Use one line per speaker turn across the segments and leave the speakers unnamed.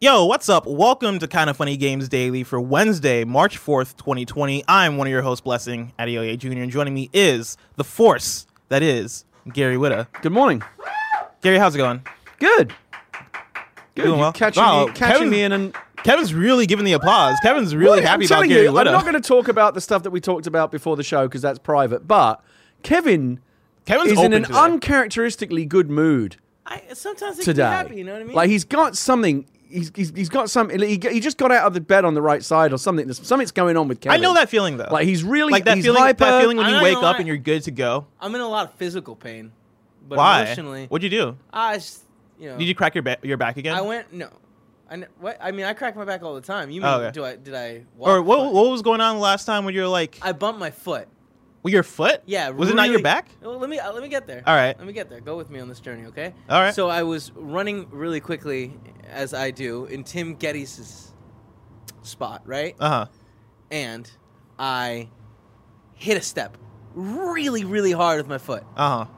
Yo, what's up? Welcome to Kind of Funny Games Daily for Wednesday, March 4th, 2020. I'm one of your hosts, Blessing Adioye Jr., and joining me is the force that is Gary Witta.
Good morning.
Gary, how's it going?
Good. Good.
Doing
You
well.
Catching,
Wow,
me, catching
Kevin-
me in and
Kevin's really giving the applause. Kevin's really
I'm
happy about
telling
Gary
you,
Witta.
I'm not going to talk about the stuff that we talked about before the show because that's private. But Kevin
Kevin's
is in
open
an
today.
uncharacteristically good mood
I, sometimes it
today.
can be happy, you know what I mean?
Like he's got something. He's, he's, he's got something. He, he just got out of the bed on the right side or something. There's, something's going on with Kevin.
I know that feeling though.
Like he's really
like that
he's
feeling.
Hyper.
That feeling when
I'm
you
not
wake
gonna
up
lie.
and you're good to go.
I'm in a lot of physical pain, but
Why?
emotionally,
What'd you do?
I just, you know,
Did you crack your ba- your back again?
I went no, I n- what? I mean, I crack my back all the time. You mean
Oh, okay.
do I? Did I? Walk
or what?
funny?
What was going on last time when you were like,
I bumped my foot.
well, your foot?
Yeah.
Was it not your
really-
back?
Well, let me uh, let me get there.
All right.
Let me get there. Go with me on this journey, okay?
All right.
So I was running really quickly, as I do, in Tim Geddes' spot, right?
Uh huh.
and I hit a step really, really hard with my foot.
Uh huh.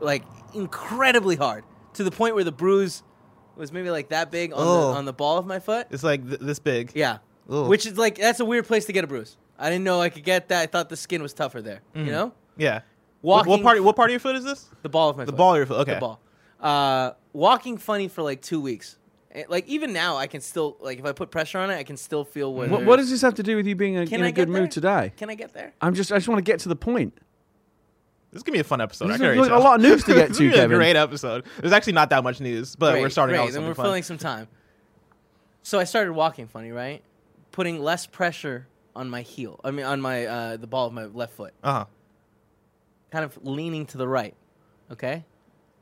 like incredibly hard to the point where the bruise was maybe like that big on,
Oh.
the, on the ball of my foot.
It's like th- this big.
Yeah,
Ugh.
which is like that's a weird place to get a bruise. I didn't know I could get that. I thought the skin was tougher there.
Mm.
You know,
Yeah. What, what
Walking-
part? What part of your foot is this?
the ball of my
The
foot.
ball of your foot. Okay.
the ball. Uh, walking funny for like two weeks. And, like even now, I can still like if I put pressure on it, I can still feel where.
What,
there's-
what does this have to do with you being in a-
Can
in
I
a
get
good
there?
mood today?
Can I get there?
I'm just I just want to get to the point.
This is gonna be a fun episode. I
This
can
is
already
like a
tell.
lot of news to get
This is
to,
gonna be
Kevin.
A great episode. There's actually not that much news, but we're
Great,
starting
great.
off with
Then
something
we're
fun.
filling some time. So I started walking funny, right? Putting less pressure on my heel. I mean, on my uh, the ball of my left foot,
Uh huh.
kind of leaning to the right. Okay,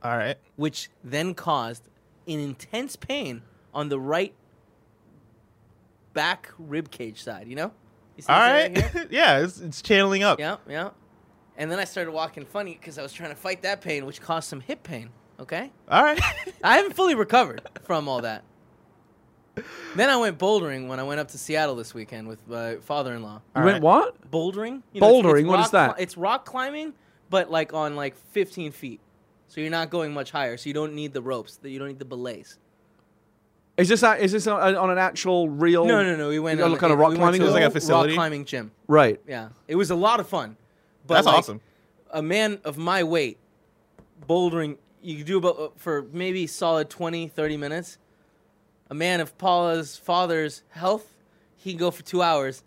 All right.
which then caused an intense pain on the right back rib cage side. You know? You see
All
this area
right.
here?
yeah. It's, it's channeling up.
yeah, yeah. And then I started walking funny because I was trying to fight that pain, which caused some hip pain. Okay.
All right.
I haven't fully recovered from all that. Then I went bouldering when I went up to Seattle this weekend with my father-in-law.
You
All
went
right.
what?
Bouldering? You
Bouldering? What
rock,
is that?
cli- It's rock climbing, but like on like 15 feet. So you're not going much higher. So you don't need the ropes. that You don't need the belays.
Is this a, is this a, on an actual real?
No, no, no. We went
Oh. You got
on
a kind of rock
we went
climbing?
to
It was like a
rock
facility?
climbing gym.
Right.
Yeah, it was a lot of fun. But
That's
like,
awesome.
A man of my weight, bouldering, you could do about uh, for maybe solid 20, 30 minutes. A man of Paula's father's health, he can go for two hours,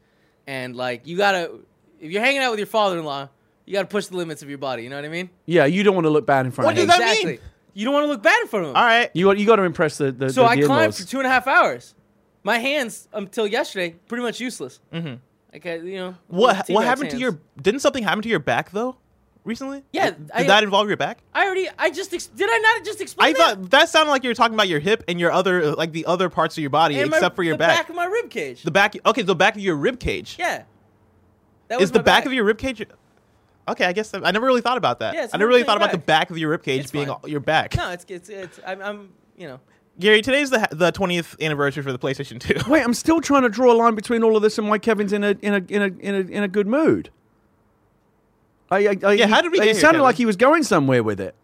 and like you gotta, if you're hanging out with your father-in-law, you gotta push the limits of your body. You know what I mean?
Yeah, you don't want to look bad in front
What
of
does
him.
that mean?
You don't want to look bad in front of him.
All right.
You got you got to impress the the,
So
the,
I
the
climbed
in-laws.
for two and a half hours. My hands until yesterday pretty much useless. Mm-hmm. Okay, you know
What
little
What
T-Rex
happened to
hands.
your? Didn't something happen to your back though? Recently?
Yeah,
Did
I-
that involve your back?
I already. I just ex- did. I not just explain.
I
that?
thought that sounded like you were talking about your hip and your other, like the other parts of your body,
And my-
except for your
the
back.
of my rib cage.
The back. Okay, the back of your rib cage.
yeah. That
is
my
the back, of your rib cage? Okay, I guess I, I never really thought about that.
Yeah, it's
I
a
never
little
really thought
thing
about the back of your rib cage
It's
being
fine.
all- your back.
No, it's it's it's. I'm, I'm you know.
Gary, today's the the twentieth anniversary for the PlayStation Two.
Wait, I'm still trying to draw a line between all of this and why Kevin's in a in a in a in a, in a good mood. I, I, I,
Yeah, how did we
It
get here,
sounded
Kevin?
like he was going somewhere with it.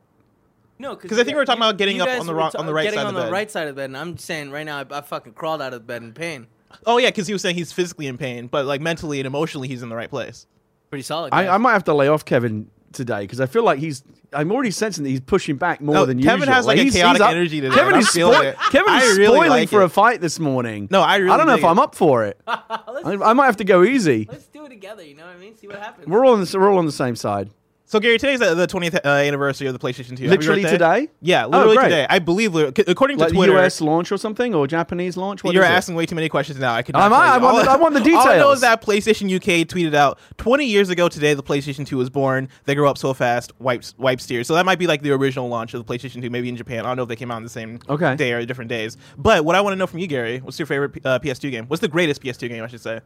No,
'Cause I think we were talking about getting
you
up
guys
on the
were
wrong-
ta-
on the right
getting
side of
on
the
the
bed.
right side of the bed, and I'm saying right now I, I fucking crawled out of bed in pain.
Oh yeah, because he was saying he's physically in pain, but like mentally and emotionally, he's in the right place.
Pretty solid.
I,
guys.
I might have to lay off Kevin today because I feel like he's. I'm already sensing that he's pushing back more
No,
than
Kevin
usual.
has, like, a
he's,
chaotic
he's up-
energy today,
Kevin
and
is,
I'm feeling
spoil-
it.
Kevin
I
is
really
spoiling
like
for
it.
a fight this morning.
No, I
I
really
don't know
dig
if I'm
it.
up for it. I,
let's,
I might have to go easy.
let's do it together. You know what I mean? See what happens.
We're all on the, we're all on the same side.
So Gary, today's the twentieth uh, anniversary of the PlayStation Two. Happy
Literally
birthday.
today?
Yeah,
Oh,
literally
great.
today. I believe, li- c- according to
Like
Twitter,
the US launch or something or Japanese launch. What
you're
is it?
asking way too many questions now. I could.
Am
not tell
I?
you.
I want the- I want the
All I know
details.
is that PlayStation UK tweeted out 20 years ago today the PlayStation 2 was born. They grew up so fast. Wipes wipes tears. So that might be like the original launch of the PlayStation 2, maybe in Japan. I don't know if they came out on the same
Okay.
day or different days. But what I want to know from you, Gary, what's your favorite P- uh, PS2 game? What's the greatest PS2 game? I should say.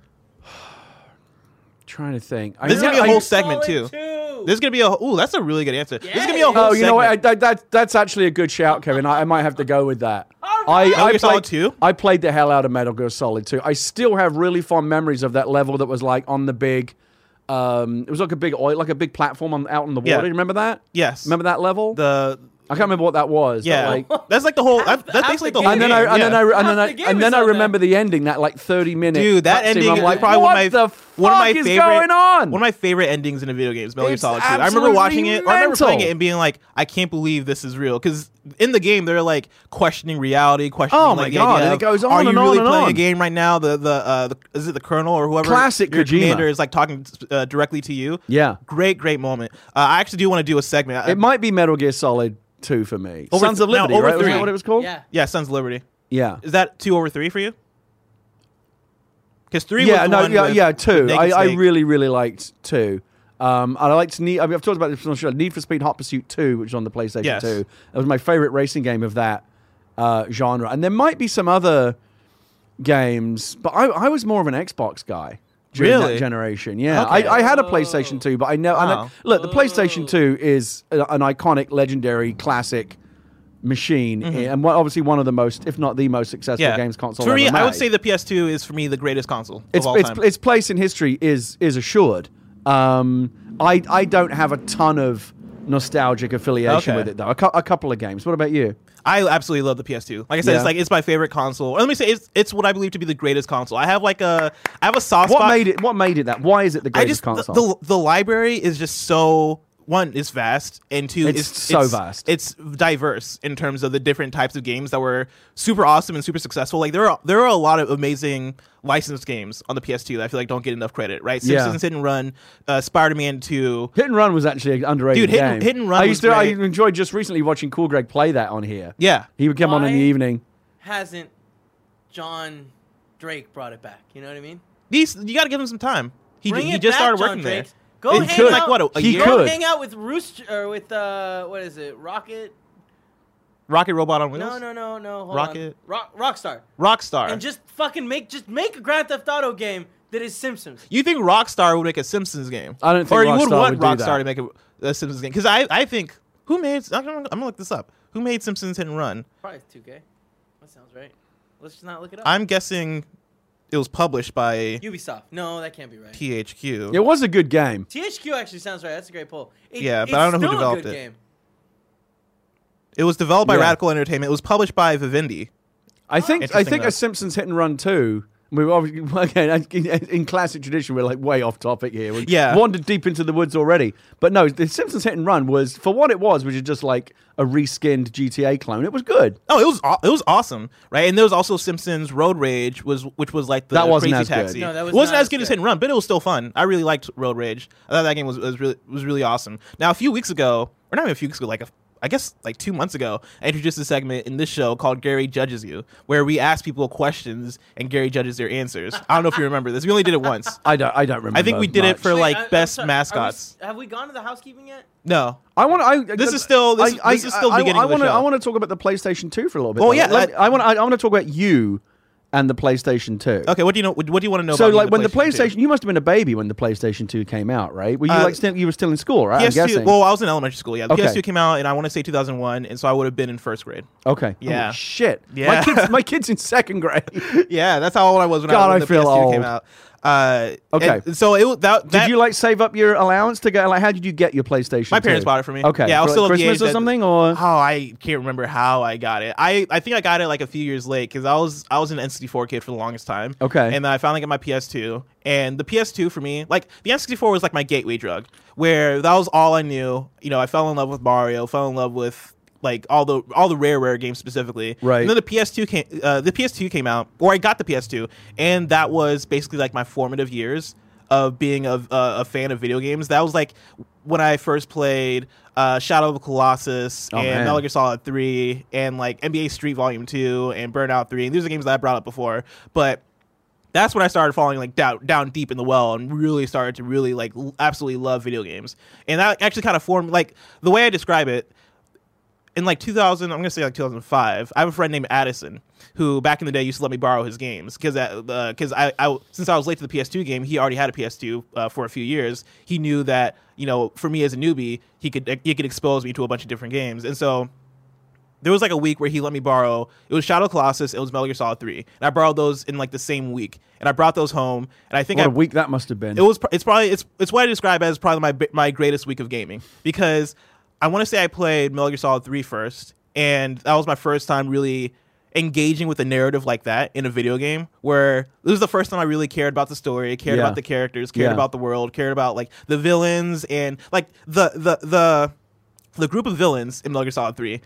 Trying to think. I
This is
know-
gonna be a
I-
whole segment too.
Solid two.
There's gonna be a ooh, that's a really good answer. There's gonna be a
Yeah.
whole.
Oh, you know what? I,
segment.
that, that, that's actually a good shout, Kevin. I, I might have to go with that.
right.
I,
Metal
I,
Gear Solid
played,
2?
I played the hell out of Metal Gear Solid 2. I still have really fond memories of that level that was like on the big. Um, it was like a big oil, like a big platform on, out on the water.
Yeah.
You remember that?
yes.
Remember that level?
the
I can't remember what that was. but,
Yeah,
like,
that's like the whole. That, that's
half
basically
the
the whole.
and then
game,
I and
yeah.
then I and then
Half
I
the game
and then
is
I
on that.
remember the ending, that like thirty minute.
Dude, that
cutscene.
ending
I'm
is
like,
probably
what
one of my
the fuck
one of my
is
favorite
going on?
one of my favorite endings in a video game. is Metal Gear
It's
Solid 2. I remember
absolutely
watching it. Or I remember
mental.
playing it and being like, I can't believe this is real because in the game they're like questioning reality, questioning.
Oh my
like, the
God,
idea
and
of,
it goes on
Are you
and on
really
and
playing a
on."
game right now? The the, uh, the is it the Colonel or whoever?
Classic
your
Kojima.
commander is like talking uh, directly to you.
Yeah.
great, great moment. Uh, I actually do want to do a segment.
it might be Metal Gear Solid Two for me.
Over-
Sons of
no,
Liberty,
over
right? Was
three.
that what it was called?
Yeah.
Uh, yeah, Sons of Liberty.
Yeah.
Is that two over three for you? Because three
yeah,
was the
no,
one
yeah,
with-
yeah,
with
two.
Naked
I, I
Snake.
really, really liked two. Um, and I liked Need. I mean, I've talked about this on the show. Need for Speed Hot Pursuit two, which was on the PlayStation
Yes.
two. That was my favorite racing game of that uh, genre. And there might be some other games, but I, I was more of an Xbox guy. During
Really?
That generation, yeah.
Okay.
I, I had a PlayStation two, but I know. and I-
Wow.
look, the PlayStation two is a- an iconic, legendary, classic machine, and one- obviously one of the most, if not the most successful
Mm-hmm. yeah.
games console.
For me,
ever
I
made
would say the PS2 is for me the greatest console
its,
of all
its,
time.
its place in history is is assured. Um, I I don't have a ton of nostalgic affiliation
Okay.
with it though. A, cou- a couple of games. What about you?
I absolutely love the PS2. Like I said,
Yeah.
it's like it's my favorite console. Or let me say it's it's what I believe to be the greatest console. I have like a I have a soft
What
spot.
made it? What made it that? Why is it the
I just
greatest
the,
console?
the the library is just so one is vast and two
It's
is
so vast.
It's diverse in terms of the different types of games that were super awesome and super successful. Like there are there are a lot of amazing licensed games on the PS2 that I feel like don't get enough credit. Right,
Yeah.
Simpsons Hit and Run, uh, Spider Man Two.
Hit and Run was actually an underrated
Dude, Hit and-
game.
Hit and Run
I used
was
to. I
great.
enjoyed just recently watching Cool Greg play that on here.
Yeah,
he would come on in the
Why?
evening.
Hasn't John Drake brought it back? You know what I mean?
these you got to give him some time. He,
Bring
he
it
just
back,
started
John
working
Drake.
there.
Go
He
hang
could.
out.
Like, what, a- a
He
year?
Go
could.
hang out with Rooster or with uh, what is it? Rocket?
Rocket Robot on Wheels.
No, no, no, no. Hold
Rocket.
On. Rock, Rockstar.
Rockstar.
And just fucking make just make a Grand Theft Auto game that is Simpsons.
You think Rockstar would make a Simpsons game?
I don't think
or you would
Rockstar
want
would do
Rockstar to
that.
make a, a Simpsons game because I, I think who made I'm gonna, I'm gonna look this up. Who made Simpsons Hit and Run?
Probably 2K. That sounds right. Let's just not look it up.
I'm guessing it was published by
Ubisoft. No, that can't be right.
THQ.
It was a good game.
THQ actually sounds right. That's a great poll. It-
Yeah, but
it's
I don't know who
still a
developed
good
it.
Game.
It was developed by
Yeah.
Radical Entertainment. It was published by Vivendi.
I think I
Interesting
think
though.
a Simpsons Hit and Run two. We were obviously, again, in, in classic tradition, we're like way off topic here. We
Yeah.
wandered deep into the woods already. But no, the Simpsons Hit and Run was for what it was, which is just like a reskinned GTA clone. It was good.
Oh, it was aw- it was awesome, right? And there was also Simpsons Road Rage, was which was like the
That wasn't
crazy
as good.
taxi.
No, that was
it wasn't
not
as
as
good as
good.
Hit and Run, but it was still fun. I really liked Road Rage. I thought that game was, was really was really awesome. Now, a few weeks ago, or not even a few weeks ago, like a, I guess like two months ago, I introduced a segment in this show called Gary Judges You, where we ask people questions and Gary judges their answers. I don't know if you remember this. We only did it once.
I don't. I don't remember.
I think we did it
much.
for like
I- I'm
best
sorry, are we s-
mascots.
have we gone to the housekeeping yet?
No.
I want. I
This is still- this is- this is still
I,
beginning
I,
of the
wanna-
show.
I want to talk about the PlayStation Two for a little bit.
Oh,
though.
yeah,
Let-
that-
I want. I, want to talk about you and the PlayStation Two.
Okay. What do you know? What do you want to know?
So
about me
like
and
when the
PlayStation 2?
PlayStation, you must have been a baby when the PlayStation Two came out, right? Were you
Uh,
like still, you were still in school, right? I'm
PS2.
guessing.
Well, I was in elementary school. Yeah, the
Okay.
PS2 came out, and I want to say 2001, and so I would have been in first grade.
okay.
Yeah.
Oh, shit. My
Yeah.
kids. My kids in second grade.
yeah, that's how old I was when
God,
I, when
I
the
feel
PS2 came
old.
out. Uh,
Okay.
and so it wa- that, that
Did you like save up your allowance to get? Like, how did you get your PlayStation?
my parents
2?
bought it for me.
Okay,
yeah, I
for,
was
like,
still of the
Christmas
age
or
that-
something, or
oh, I can't remember how I got it. I, I think I got it like a few years late because I was I was an N64 kid for the longest time.
Okay.
and then I finally got my PS2, and the PS2 for me, like the N64 was like my gateway drug, where that was all I knew. You know, I fell in love with Mario, fell in love with like all the all the rare rare games specifically.
Right.
And then the PS2 came uh, the PS2 came out, or I got the PS2, and that was basically like my formative years of being a, a, a fan of video games. That was like when I first played uh, Shadow of the Colossus and
man.
Metal Gear Solid 3 and like NBA Street Volume 2 and Burnout 3. And these are games that I brought up before, but that's when I started falling like down down deep in the well and really started to really like l- absolutely love video games. And that actually kind of formed like the way I describe it in like 2000, I'm gonna say like 2005. I have a friend named Addison who back in the day used to let me borrow his games because because I, I since I was late to the PS2 game, he already had a PS2 uh, for a few years. He knew that you know for me as a newbie, he could he could expose me to a bunch of different games, and so there was like a week where he let me borrow it was Shadow of Colossus, it was Metal Gear Solid 3. And I borrowed those in like the same week. And I brought those home and I think
what
I
a week that must have been.
it was pr- it's probably it's it's what I describe as probably my bi- my greatest week of gaming because I want to say I played Metal Gear Solid 3 first, and that was my first time really engaging with a narrative like that in a video game where this was the first time I really cared about the story, cared
Yeah.
about the characters, cared
Yeah.
about the world, cared about like the villains and like the the the the group of villains in Metal Gear Solid 3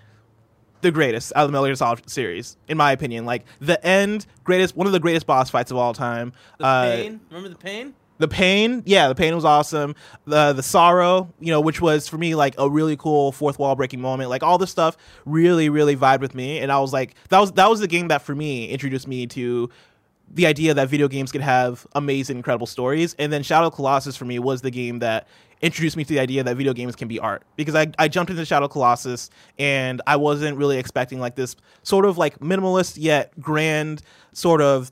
the greatest out of the Metal Gear Solid series, in my opinion. Like the end, greatest, one of the greatest boss fights of all time.
The
uh,
pain. Remember the pain?
the pain, yeah, the pain was awesome. The the sorrow, you know, which was for me like a really cool fourth wall breaking moment. Like all this stuff really, really vibed with me, and I was like, that was that was the game that for me introduced me to the idea that video games could have amazing, incredible stories. And then Shadow of the Colossus for me was the game that introduced me to the idea that video games can be art because I, I jumped into Shadow of the Colossus and I wasn't really expecting like this sort of like minimalist yet grand sort of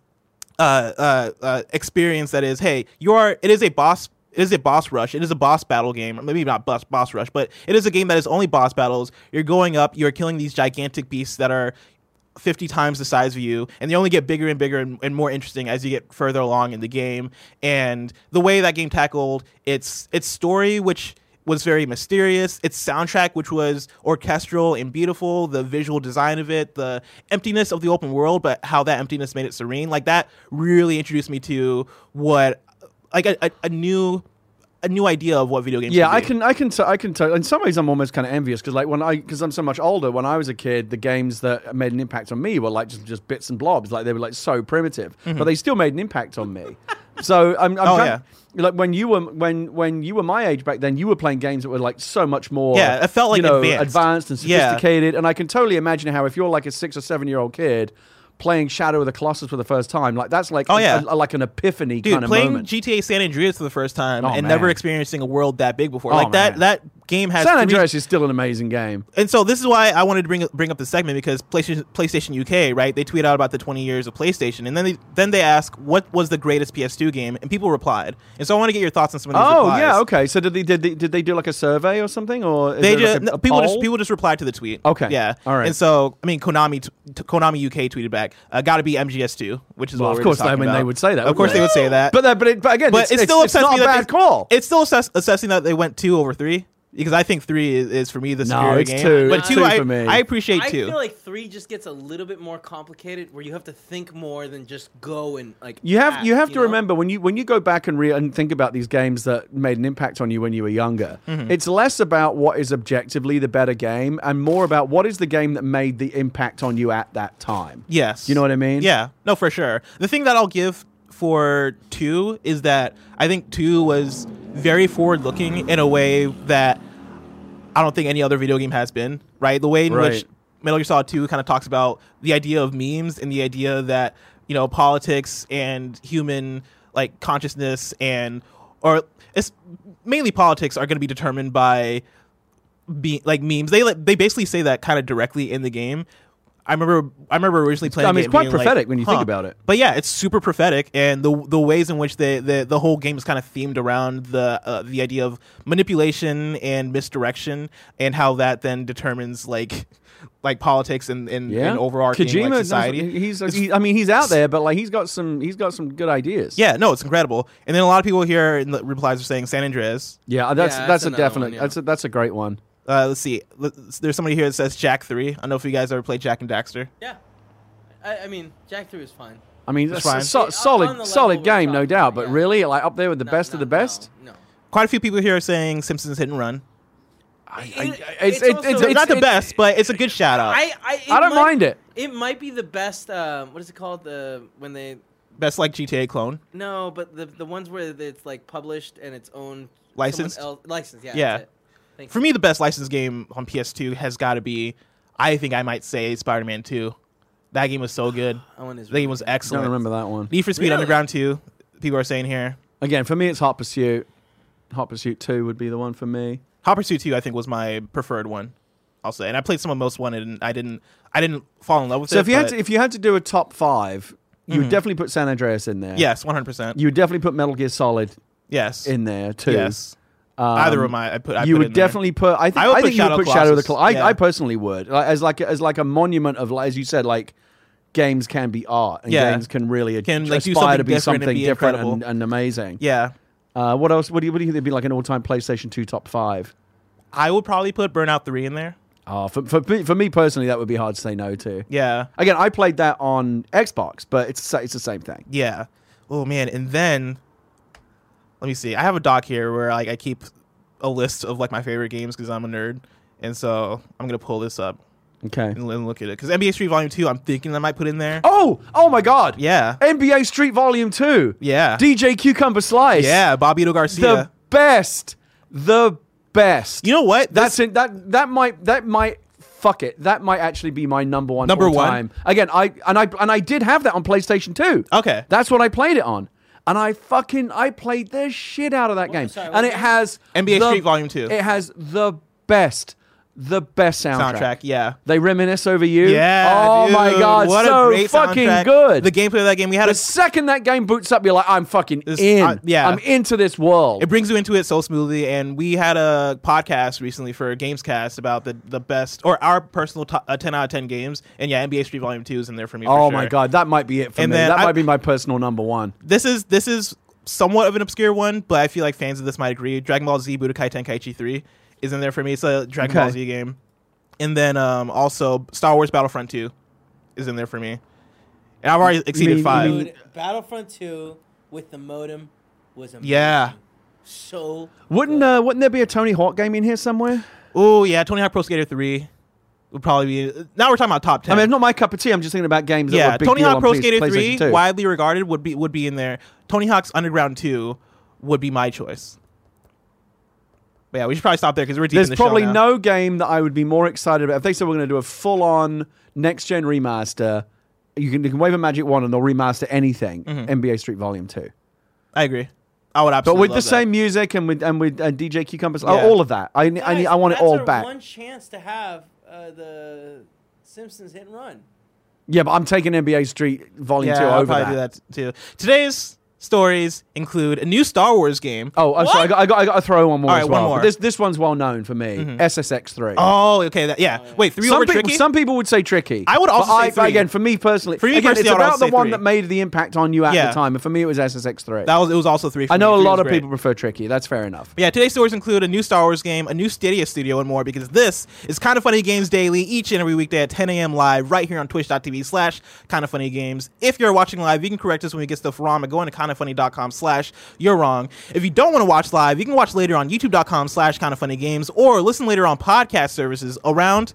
uh, uh, uh, experience that is, hey, you are. It is a boss. It is a boss rush. It is a boss battle game. Or Maybe not boss boss rush, but it is a game that is only boss battles. You're going up. You're killing these gigantic beasts that are. 50 times the size of you and they only get bigger and bigger and, and more interesting as you get further along in the game and the way that game tackled its its story which was very mysterious. Its soundtrack, which was orchestral and beautiful, the visual design of it, the emptiness of the open world, but how that emptiness made it serene. Like that really introduced me to what, like a, a, a new, a new idea of what video games.
Yeah,
be.
I can, I can, t- I can. T- in some ways, I'm almost kind of envious because, like, when I, because I'm so much older. When I was a kid, the games that made an impact on me were like just, just bits and blobs. Like they were like so primitive, but they still made an impact on me. so I'm, I'm
Mm-hmm. Oh,
kind like when you were when when you were my age back then, you were playing games that were like so much more.
Yeah, it felt like
you know,
advanced.
and
Yeah.
sophisticated. And I can totally imagine how if you're like a six or seven year old kid. Playing Shadow of the Colossus for the first time, like that's like
Oh, yeah.
a- like an epiphany
Dude,
kind of
playing
moment.
GTA San Andreas for the first time
Oh,
and
man.
never experiencing a world that big before.
Oh,
like
man.
that, that game has
San
three-
Andreas is still an amazing game.
and so this is why I wanted to bring bring up the segment because PlayStation PlayStation UK, right? They tweet out about the 20 years of PlayStation, and then they then they ask what was the greatest PS2 game, and people replied. And so I want to get your thoughts on some of these.
Oh
replies.
yeah, okay. So did they did they, did they do like a survey or something, or is
They
there,
just
like, a-
no,
a
people just
poll?
people just replied to the tweet.
Okay.
yeah,
All right.
And so I mean, Konami t- t- Konami UK tweeted back. Uh, Got to be MGS2, which is
Well,
what
of
we were
course,
just
I
talking
mean, they
about.
would say that,
Of
wouldn't
course,
they?
they would say that.
But that but it, but again,
but
it's,
it's, still
it's,
upsets
not
me
a
that
bad
they,
call.
It's still obsess- obsessing that they went two over three because I think three is, is for me the
No,
superior
it's
game.
two.
But
It's
two,
two
I,
for me.
I appreciate
I
two.
feel like three just gets a little bit more complicated, where you have to think more than just go and like.
you have
act,
you have to
know?
remember when you when you go back and re- and think about these games that made an impact on you when you were younger. It's less about what is objectively the better game and more about what is the game that made the impact on you at that time.
Yes.
You know what I mean?
Yeah. No, for sure. The thing that I'll give for two is that I think two was very forward looking in a way that I don't think any other video game has been, right? The way in
Right.
which Metal Gear Solid 2 kind of talks about the idea of memes and the idea that, you know, politics and human like consciousness and or it's mainly politics are going to be determined by be like memes. They like, they basically say that kind of directly in the game. I remember I remember originally playing.
I
the
mean, it's
game
quite
being like,
prophetic when you think
huh.
about it.
But yeah, it's super prophetic, and the the ways in which the the, the whole game is kind of themed around the uh, the idea of manipulation and misdirection, and how that then determines like like politics and and,
Yeah.
and overarching
Kojima,
like,
that's-
society.
He's he, I mean he's out there, but like he's got some he's got some good ideas.
yeah, no, it's incredible. And then a lot of people here in the replies are saying San Andreas.
Yeah, that's that's,
Yeah, that's
a
another one,
definite
yeah.
that's a, that's a great one.
Uh, let's see. Let's- There's somebody here that says Jack Three. I don't know if you guys ever played Jack and Daxter.
Yeah, I, I mean, Jack Three was fine.
I mean, that's
fine.
So,
Yeah, on
solid,
the
solid
level we're
game, no
talking
doubt.
about,
But
yeah.
really, like up there with the
No,
best
no,
of the best.
No. no.
Quite a few people here are saying Simpsons Hit and Run.
It-
it's-
it's
it-
also-
it's-
They're
it's-
not the best, but it's a good shout out.
I I, it
Uh, I don't
might-
mind it.
It might be the best. Um, what is it called? The when they
Best like GTA clone.
no, but the the ones where it's like published and its own
Licensed?
else, license. Yeah. that's
Yeah.
it. Thank
For
you.
me, the best licensed game on PS2 has got to be, I think I might say Spider Man 2. That game was so good.
That one is
That game was
Don't
excellent.
remember that one.
Need for Speed
Really?
Underground 2. People are saying here.
Again, for me, it's Hot Pursuit. Hot Pursuit Two would be the one for me.
Hot Pursuit 2, I think, was my preferred one. I'll say, and I played some of Most Wanted, and I didn't, I didn't fall in love with
So
it.
if you had to,
but
if you had to do a top five, you would definitely put San Andreas in there.
yes, one hundred percent,
You would definitely put Metal Gear Solid
yes,
in there too.
yes,
Um,
either of my, I put, I
you
put
would
in there.
definitely put. I think.
I
I,
would put
think you would
Shadow
put Shadow of the
Colossus,
Colossus.
yeah.
I, I personally would, like, as like as like a monument of, like, as you said, like games can be art and
Yeah.
games can really
Can, like, do
aspire to
something
be
different and
something
be
different
incredible.
and, and amazing.
yeah.
Uh, what else? What do you? What do you think? Would be like an all-time PlayStation Two top five.
I would probably put Burnout Three in there.
Oh, for, for, me- for me personally, that would be hard to say no to.
Yeah,
Again, I played that on Xbox, but it's the sa- it's the same thing.
yeah. Oh man, and then let me see. I have a doc here where like I keep a list of like my favorite games because I'm a nerd, and so I'm gonna pull this up
Okay.
and, and look at it because NBA Street Volume Two. I'm thinking I might put in there.
Oh, oh my God.
Yeah,
NBA Street Volume Two.
yeah,
DJ Cucumber Slice.
yeah. Bobito
The
Garcia.
best. The best.
you know what?
That's it. That that might that might fuck it. That might actually be my number one.
Number
all
one?
time. Again, I and I and I did have that on PlayStation Two.
Okay.
That's what I played it on. And I fucking I played the shit out of that game.
sorry, what
and it
game?
has
NBA
the-
Street Volume 2.
It has the best, the best soundtrack.
soundtrack. Yeah.
They reminisce over you.
Yeah.
Oh
dude,
my god,
What a
so
great
fucking
soundtrack.
good.
The gameplay of that game, we had
the
a,
second that game boots up, you're like, I'm fucking in.
uh, yeah.
I'm into this world.
it brings you into it so smoothly. And we had a podcast recently for Gamescast about the, the best or our personal to- uh, 10 out of 10 games. And yeah, NBA Street Volume 2 is in there for me. for
oh
sure.
my god, that might be it for
And
me.
then
That
I-
might be my personal number one.
This is, this is somewhat of an obscure one, but I feel like fans of this might agree. Dragon Ball Z Budokai Tenkaichi 3 is in there for me. It's a Dragon
Okay.
Ball Z game. And then um, also Star Wars Battlefront 2 is in there for me. And I've already exceeded
mean- you
five.
mean-
Dude, Battlefront 2 with the modem was amazing.
Yeah.
So
Wouldn't uh, wouldn't there be a Tony Hawk game in here somewhere?
Oh yeah, Tony Hawk Pro Skater Three would probably be. Now we're talking about top
I
ten.
mean, it's not my cup of tea. I'm just thinking about games. that were
yeah,
a big
Tony
deal
Hawk
on
Pro
Play-
Skater Three,
PlayStation 2.
widely regarded, would be would be in there. Tony Hawk's Underground Two would be my choice. But yeah, we should probably stop there because we're deep
There's
in the
probably
show now.
no game that I would be more excited about. If they said we're going to do a full on next gen remaster, you can, you can wave a magic wand and they'll remaster anything. NBA Street Volume Two,
Mm-hmm. I agree. I would
but
absolutely.
with the
love that.
same music and with and with uh, DJ Cucumbers, oh,
Yeah.
all of that. I I, need, I want it
Guys,
all
that's our
back.
One chance to have uh, the Simpsons hit and run.
Yeah, but I'm taking NBA Street Volume
yeah,
Two
I'll
over
probably
that.
do that too. Today's stories include a new Star Wars game.
Oh, I'm sorry. I
What?
got, I got I got to throw one more.
All
as
right,
well.
one more. Mm-hmm.
This this one's well known for me. SSX Three.
Oh, okay. That, yeah. Wait, three
some
over
people,
tricky.
Some people would say tricky.
I would also
but
say
but
three.
again, for me personally,
For me
again,
personally,
it's
I would
about
also
the
say
one
three.
that made the impact on you at
Yeah.
the time, and for me, it was SSX three.
that was it. Was also three. For
I know
me.
a
Three
lot
was
of
great.
people prefer tricky. That's fair enough.
But yeah, today's stories include a new Star Wars game, a new Stadia studio, and more because this is Kind of Funny Games Daily each and every weekday at 10 a.m. live right here on twitch.tv slash Kind of Funny Games. If you're watching live, you can correct us when we get stuff wrong by going to kindoffunny.com slash You're Wrong. If you don't want to watch live, you can watch later on youtube.com slash Kind of Funny Games or listen later on podcast services around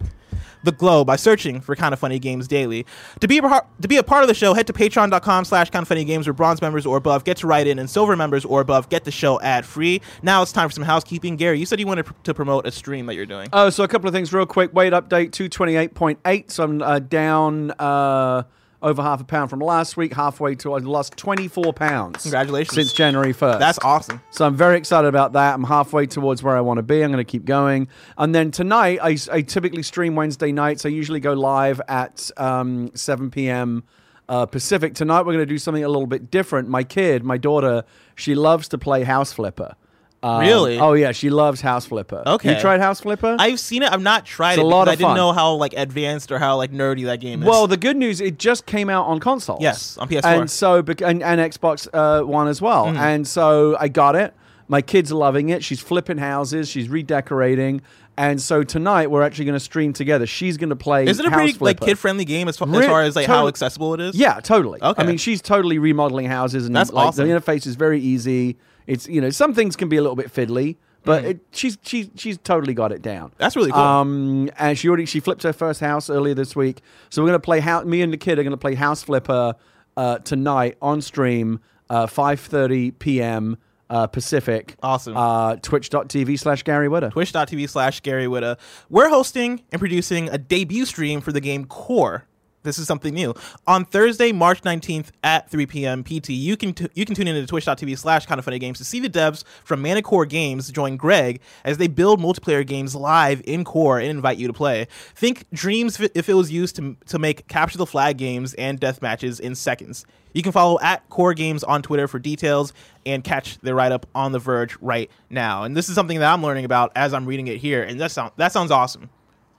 the globe by searching for Kind of Funny Games Daily. To be a par- to be a part of the show, head to patreon.com slash kind of funny games where bronze members or above get to write in and silver members or above get the show ad free. Now it's time for some housekeeping. Gary, you said you wanted pr- to promote a stream that you're doing.
Oh, so a couple of things real quick. Weight update 228.8. So I'm uh, down uh, over half a pound from last week, halfway to I lost 24 pounds.
Congratulations.
Since January 1st.
That's awesome.
So I'm very excited about that. I'm halfway towards where I want to be. I'm going to keep going. And then tonight, I, I typically stream Wednesday nights. I usually go live at um, 7 p.m. Uh, Pacific. Tonight, we're going to do something a little bit different. My kid, my daughter, she loves to play House Flipper. Um,
Really?
Oh, yeah. She loves House Flipper.
Okay.
You tried House Flipper?
I've seen it. I've not tried
It's
it
a lot
because I
of
didn't
fun.
know how like advanced or how like nerdy that game is.
Well, the good news, it just came out on consoles.
Yes, on PS4.
And so bec- and, and Xbox uh, One as well.
Mm.
And so I got it. My kid's loving it. She's flipping houses. She's redecorating. And so tonight we're actually going to stream together. She's going to play.
is it a
House
pretty like
Flipper.
kid friendly game as, fa-
Re-
as far as like how
totally.
accessible it is?
Yeah, totally.
Okay.
I mean, she's totally remodeling houses, and
That's
like,
awesome.
the interface is very easy. It's you know some things can be a little bit fiddly, but it, she's she's she's totally got it down.
Mm. That's really cool.
Um, and she already she flipped her first house earlier this week, so we're gonna play house. Me and the kid are gonna play House Flipper uh, tonight on stream, uh, five thirty p.m. Uh, Pacific.
Awesome.
Uh, Twitch.tv slash Gary Witter.
twitch.tv slash Gary Witta. We're hosting and producing a debut stream for the game Core. This is something new. On Thursday, March 19th at 3 p.m. PT, you can t- you can tune into twitch.tv slash kind of funny games to see the devs from Manicore Games join Greg as they build multiplayer games live in Core and invite you to play. Think dreams if- if it was used to, to make capture the flag games and death matches in seconds. You can follow at Core Games on Twitter for details and catch the write up on The Verge right now. And this is something that I'm learning about as I'm reading it here, and that sound that sounds awesome.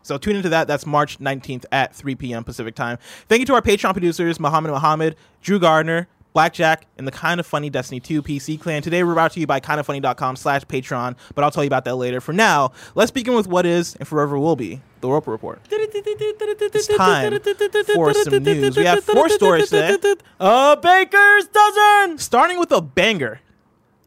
So tune into that. That's March 19th at 3 p.m. Pacific time. Thank you to our Patreon producers, Muhammad Muhammad, Drew Gardner, Blackjack, and the Kind of Funny Destiny 2 PC clan. Today we're brought to you by kindoffunny.com slash Patreon, but I'll tell you about that later. For now, let's begin with what is and forever will be the Roper Report.
It's
time for some news. We have four stories today.
A baker's dozen.
Starting with a banger,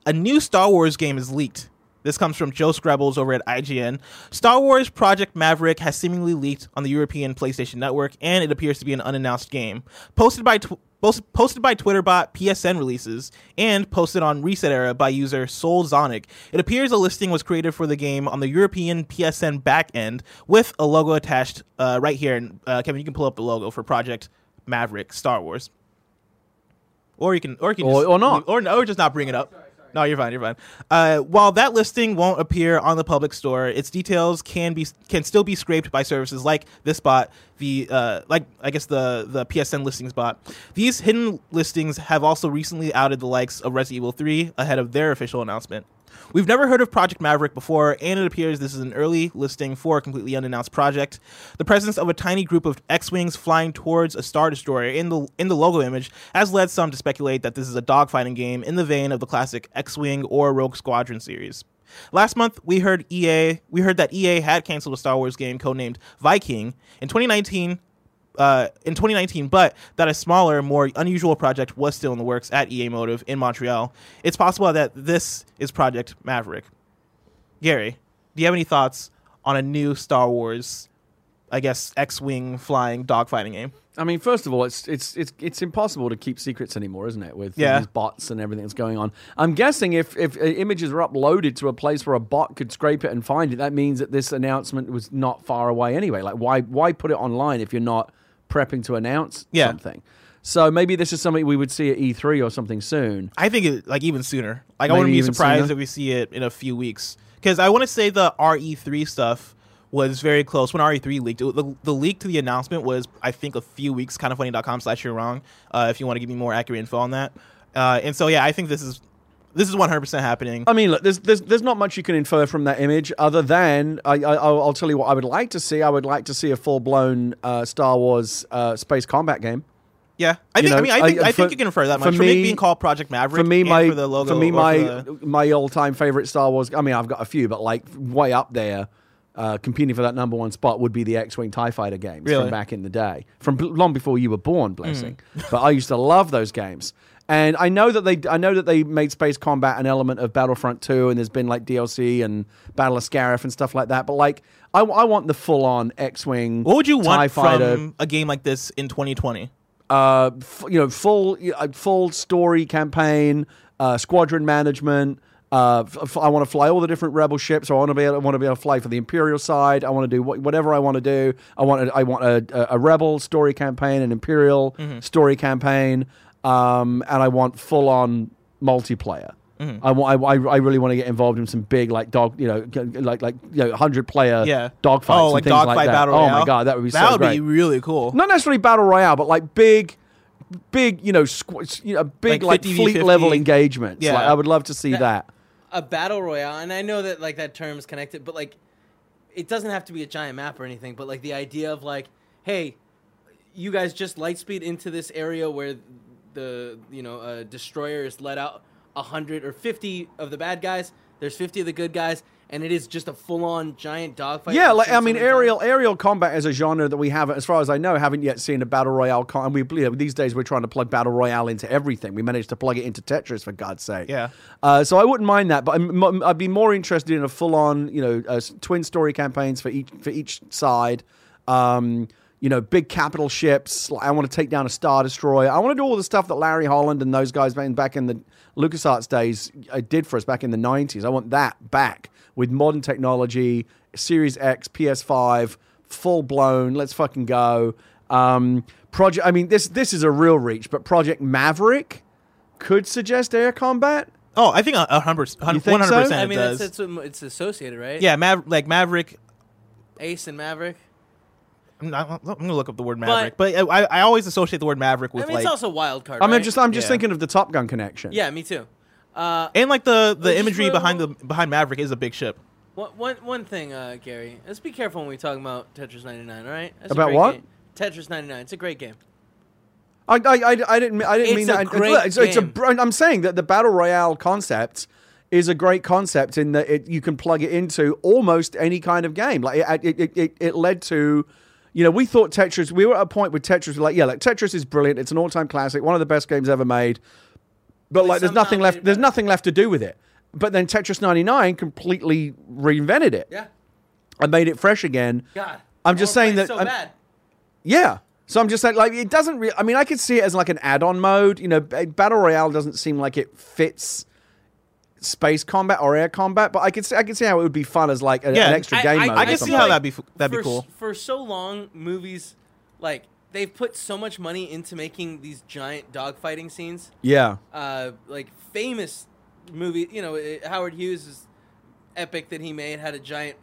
a new Star Wars game is leaked. This comes from Joe Scrabbles over at IGN. Star Wars Project Maverick has seemingly leaked on the European PlayStation Network, and it appears to be an unannounced game. Posted by tw- post- posted by Twitter bot PSN Releases and posted on Reset Era by user SoulZonic, it appears a listing was created for the game on the European PSN backend with a logo attached uh, right here. And uh, Kevin, you can pull up the logo for Project Maverick Star Wars or you can, or you can,
Or-
just,
or not.
or, or just not bring it up. No, you're fine. You're fine. Uh, while that listing won't appear on the public store, its details can be can still be scraped by services like this bot, the uh, like I guess the the PSN listings bot. These hidden listings have also recently outed the likes of Resident Evil 3 ahead of their official announcement. We've never heard of Project Maverick before, and it appears this is an early listing for a completely unannounced project. The presence of a tiny group of X-wings flying towards a star destroyer in the in the logo image has led some to speculate that this is a dogfighting game in the vein of the classic X-wing or Rogue Squadron series. Last month, we heard EA we heard that EA had canceled a Star Wars game codenamed Viking in 2019. Uh, in 2019, but that a smaller, more unusual project was still in the works at EA Motive in Montreal. It's possible that this is Project Maverick. Gary, do you have any thoughts on a new Star Wars, I guess, X Wing flying dogfighting game?
I mean, first of all, it's it's it's it's impossible to keep secrets anymore, isn't it? With
Yeah.
these bots and everything that's going on. I'm guessing if if uh, images were uploaded to a place where a bot could scrape it and find it, that means that this announcement was not far away anyway. Like, why why put it online if you're not prepping to announce
Yeah.
something? So maybe this is something we would see at E3 or something soon.
I think it, like even sooner. Like I
Maybe
wouldn't be
even
surprised
sooner?
if we see it in a few weeks because I want to say the RE3 stuff was very close when RE3 leaked. It- the, the leak to the announcement was I think a few weeks. Kind of funny.com slash you're wrong. Uh, if you want to give me more accurate info on that. Uh, and so yeah, I think this is this is 100 percent happening.
I mean, look, there's, there's there's not much you can infer from that image other than I, I I'll I'll tell you what I would like to see. I would like to see a full blown uh, Star Wars uh, space combat game.
yeah, I
you
think. I
know,
mean, I
I- uh,
think I,
for-
think you can infer that
for
much from it
me-
being called Project Maverick.
for me,
and
my
for the logo.
for me
or
my
the-
my all time favorite Star Wars. I mean, I've got a few, but like way up there, uh, competing for that number one spot would be the X Wing Tie Fighter games
Really? Hmm.
from back in the day, from b- long before you were born, blessing. but I used to love those games. And I know that they, I know that they made space combat an element of Battlefront 2, and there's been like DLC and Battle of Scarif and stuff like that. But like, I, I want the full on X-wing.
what would you
TIE
want
fighter,
from a game like this in 2020?
uh, f- you know, full uh, full story campaign, uh, squadron management. Uh, f- f- I want to fly all the different rebel ships. I want to be able, I want to be able to fly for the imperial side. I want to do wh- whatever I want to do. I want a, I want a, a- a rebel story campaign, an imperial
Mm-hmm.
story campaign, um, and I want full on multiplayer.
Mm-hmm.
I want. I, I really want to get involved in some big like dog. You know, g- like like you know, hundred player
Yeah,
dogfights.
Oh,
Uh, and
like
things
dogfight
like that.
battle.
Oh
Royale?
my god, that would be
that
so
would
great
be really cool.
not necessarily battle royale, but like big, big, you know, squ- you know big
Like
like,
50,
fleet level
50.
engagements.
Yeah.
Like, I would love to see that.
A battle royale, and I know that like that term's connected, but like it doesn't have to be a giant map or anything. But like the idea of like, hey, you guys just lightspeed into this area where the you know uh, destroyer is let out a hundred or fifty of the bad guys. There's fifty of the good guys, and it is just a full on giant dogfight.
Yeah,
that
like I
shoots
mean,
someone down.
aerial aerial combat is a genre that we haven't, as far as I know, haven't yet seen a battle royale. Con- and we you know, these days we're trying to plug battle royale into everything. We managed to plug it into Tetris for God's sake.
Yeah.
Uh, so I wouldn't mind that, but I'm, m- I'd be more interested in a full on, you know, uh, s- twin story campaigns for each for each side. Um, you know, big capital ships. Like, I want to take down a star destroyer. I want to do all the stuff that Larry Holland and those guys back- back in the LucasArts days uh, did for us back in the 90s. I want that back with modern technology, Series X, PS5, full blown. Let's fucking go. Um, project. I mean, this this is a real reach, but Project Maverick could suggest air combat.
Oh, I think a a hundred, one
think
hundred
so?
percent.
I mean, that's,
does.
that's what mo- it's associated, right?
yeah, Maver- like Maverick.
Ace and Maverick.
I'm, not, I'm gonna look up the word Maverick, but, I, I always associate the word Maverick with
I mean,
like
it's also wild card.
I mean,
right?
just I'm just
Yeah.
thinking of the Top Gun connection.
yeah, me too. Uh,
and like the the
It's
imagery
real-
behind the behind Maverick is a big ship.
One, one, one thing, uh, Gary. Let's be careful when we talk about Tetris 99. All right. That's a
About
great
what?
game. Tetris 99. It's a great game.
I, I, I, I didn't I didn't
It's
mean
a
that. I-
great
it's, it's a
game.
br- I'm saying that the battle royale concept is a great concept in that it you can plug it into almost any kind of game. Like it it, it, it, it led to you know, we thought Tetris. We were at a point with Tetris. Like, yeah, like Tetris is brilliant. It's an all-time classic, one of the best games ever made. But like, there's
somehow
nothing
made
left.
it
There's
better.
nothing left to do with it. But then Tetris 99 completely reinvented it.
Yeah.
I made it fresh again.
God.
I'm just
I
saying
wanna play
that
it So
I'm-
bad.
Yeah. So I'm just saying, like, it doesn't really. I mean, I could see it as like an add-on mode. You know, b- battle royale doesn't seem like it fits space combat or air combat, but I could see, I could see how it would be fun as like a-
Yeah,
an extra
I-
game
I-
mode.
I
or
can see
something.
how
like,
that'd be f- that'd
for,
be
s-
cool.
For so long, movies like they've put so much money into making these giant dogfighting scenes.
Yeah.
Uh, like famous movie, you know, it, Howard Hughes' epic that he made had a giant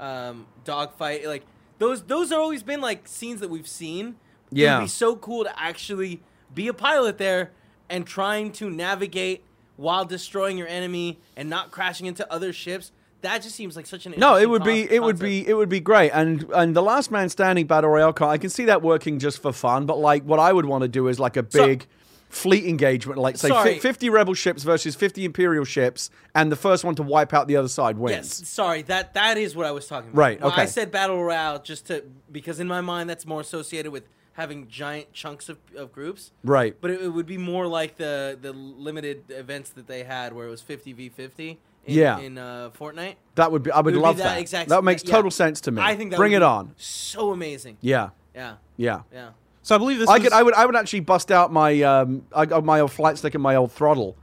um, dogfight. Like those, those have always been like scenes that we've seen.
Yeah.
it'd be so cool to actually be a pilot there and trying to navigate while destroying your enemy and not crashing into other ships. That just seems like such an
No, it
interesting
would be
con-
it would
concept.
be it would be great. And and the Last Man Standing battle royale, con- I can see that working just for fun. But like, what I would want to do is like a
So-
big. Fleet engagement, like say
Sorry.
fi- fifty rebel ships versus fifty imperial ships, and the first one to wipe out the other side wins.
Yes, sorry. That that is what I was talking about.
Right,
Well,
okay.
I said battle royale just to because in my mind that's more associated with having giant chunks of, of groups.
Right.
But it, it would be more like the the limited events that they had where it was 50 v 50 in,
Yeah.
in uh, Fortnite.
That would be. I would,
It would be
love
that
that.
exact-
that makes
yeah.
total sense to me.
I think that
bring
would
it
be
on.
So amazing.
Yeah,
Yeah.
yeah.
Yeah.
So I believe this.
I
is,
could. I would. I would actually bust out my um. I got my old flight stick and my old throttle.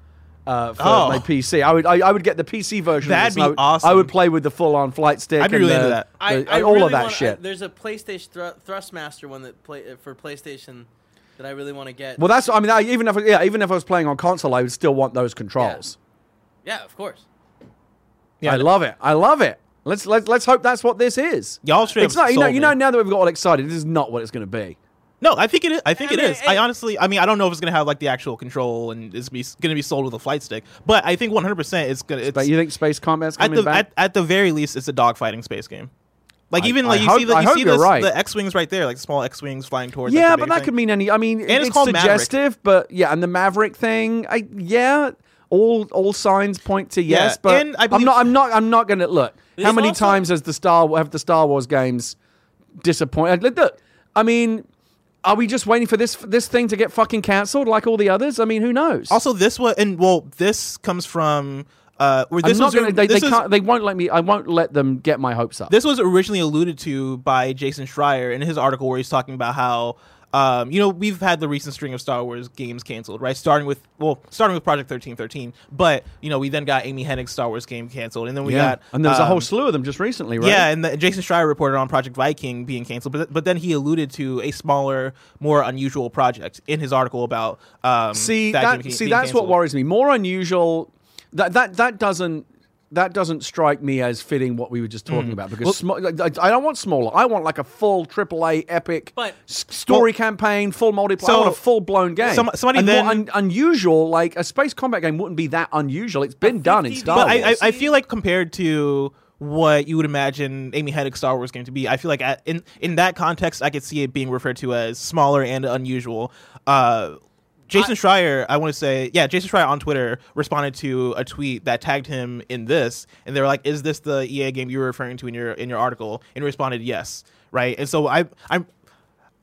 Uh, for
Oh.
my PC, I would I, I would get the PC version.
That'd
of this and I
be
would-
awesome.
I would play with the full on flight stick.
I'd be
and
really
the-
into that.
the- uh,
I, I
all
really
of that
wanna-
shit.
I- there's a PlayStation Thru- Thrustmaster one that play uh, for PlayStation that I really want to get.
well, that's. I mean, I, even if I- yeah, even if I was playing on console, I would still want those controls.
yeah, of course.
Yeah.
I love it. I love it. Let's let's let's hope that's what this is.
Y'all straight
It's
up
not. You know.
sold
You know.
me.
Now that we've got all excited, this is not what it's going to be.
No, I think it is. I think
I
it
mean,
is. I
it-
honestly, I mean, I don't know if it's gonna have like the actual control and it's be gonna be sold with a flight stick, but I think 100 percent it's gonna. It's,
But you think space combat's
at
coming
the
back?
at, at the very least, it's a dogfighting space game. Like
I-
even
I
like you
hope-
see the
I
you
hope
see
you're
this,
right.
the X wings right there, like small X wings flying towards. like,
Yeah,
the
but
big
that
thing.
could mean any. I mean, it-
it's
it's,
called Maverick.
suggestive, but yeah, and the Maverick thing. I yeah, all all signs point to yes,
Yeah,
but
and I
I'm
believe-
not. I'm not. I'm not going to look. How
This
many
also-
times has the Star have the Star Wars games disappointed? Like, Look, I mean, are we just waiting for this this thing to get fucking cancelled like all the others? I mean, who knows?
Also, this was and well, this comes from. Uh, or
I'm
this
not
was,
going to. They, they
this is-
can't. They won't let me. I won't let them get my hopes up.
This was originally alluded to by Jason Schreier in his article where he's talking about how um, you know we've had the recent string of Star Wars games canceled, right? Starting with well, starting with Project thirteen thirteen, but you know we then got Amy Hennig's Star Wars game canceled, and then we got
and there's a
um,
whole slew of them just recently, right?
yeah, and the, Jason Schreier reported on Project Viking being canceled, but but then he alluded to a smaller, more unusual project in his article about um,
see
that
that,
game being-
see
being
that's what
canceled.
worries me more unusual that that that doesn't that doesn't strike me as fitting what we were just
Mm.
talking about because sm- like, I I don't want smaller. I want like a full AAA epic
But-
s- story campaign, full multiplayer. I
So-
want a full blown game.
Some- somebody
and more
then-
un- unusual, like a space combat game, wouldn't be that unusual. It's been done in
50
Star
but
Wars.
I, I, I feel like compared to what you would imagine Amy Hennig's Star Wars game to be, I feel like at, in in that context, I could see it being referred to as smaller and unusual. Uh, Jason Schreier, I want to say, yeah, Jason Schreier on Twitter responded to a tweet that tagged him in this, and they were like, "Is this the EA game you were referring to in your in your article?" And he responded, "Yes." Right, and so I I'm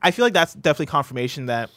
I feel like that's definitely confirmation that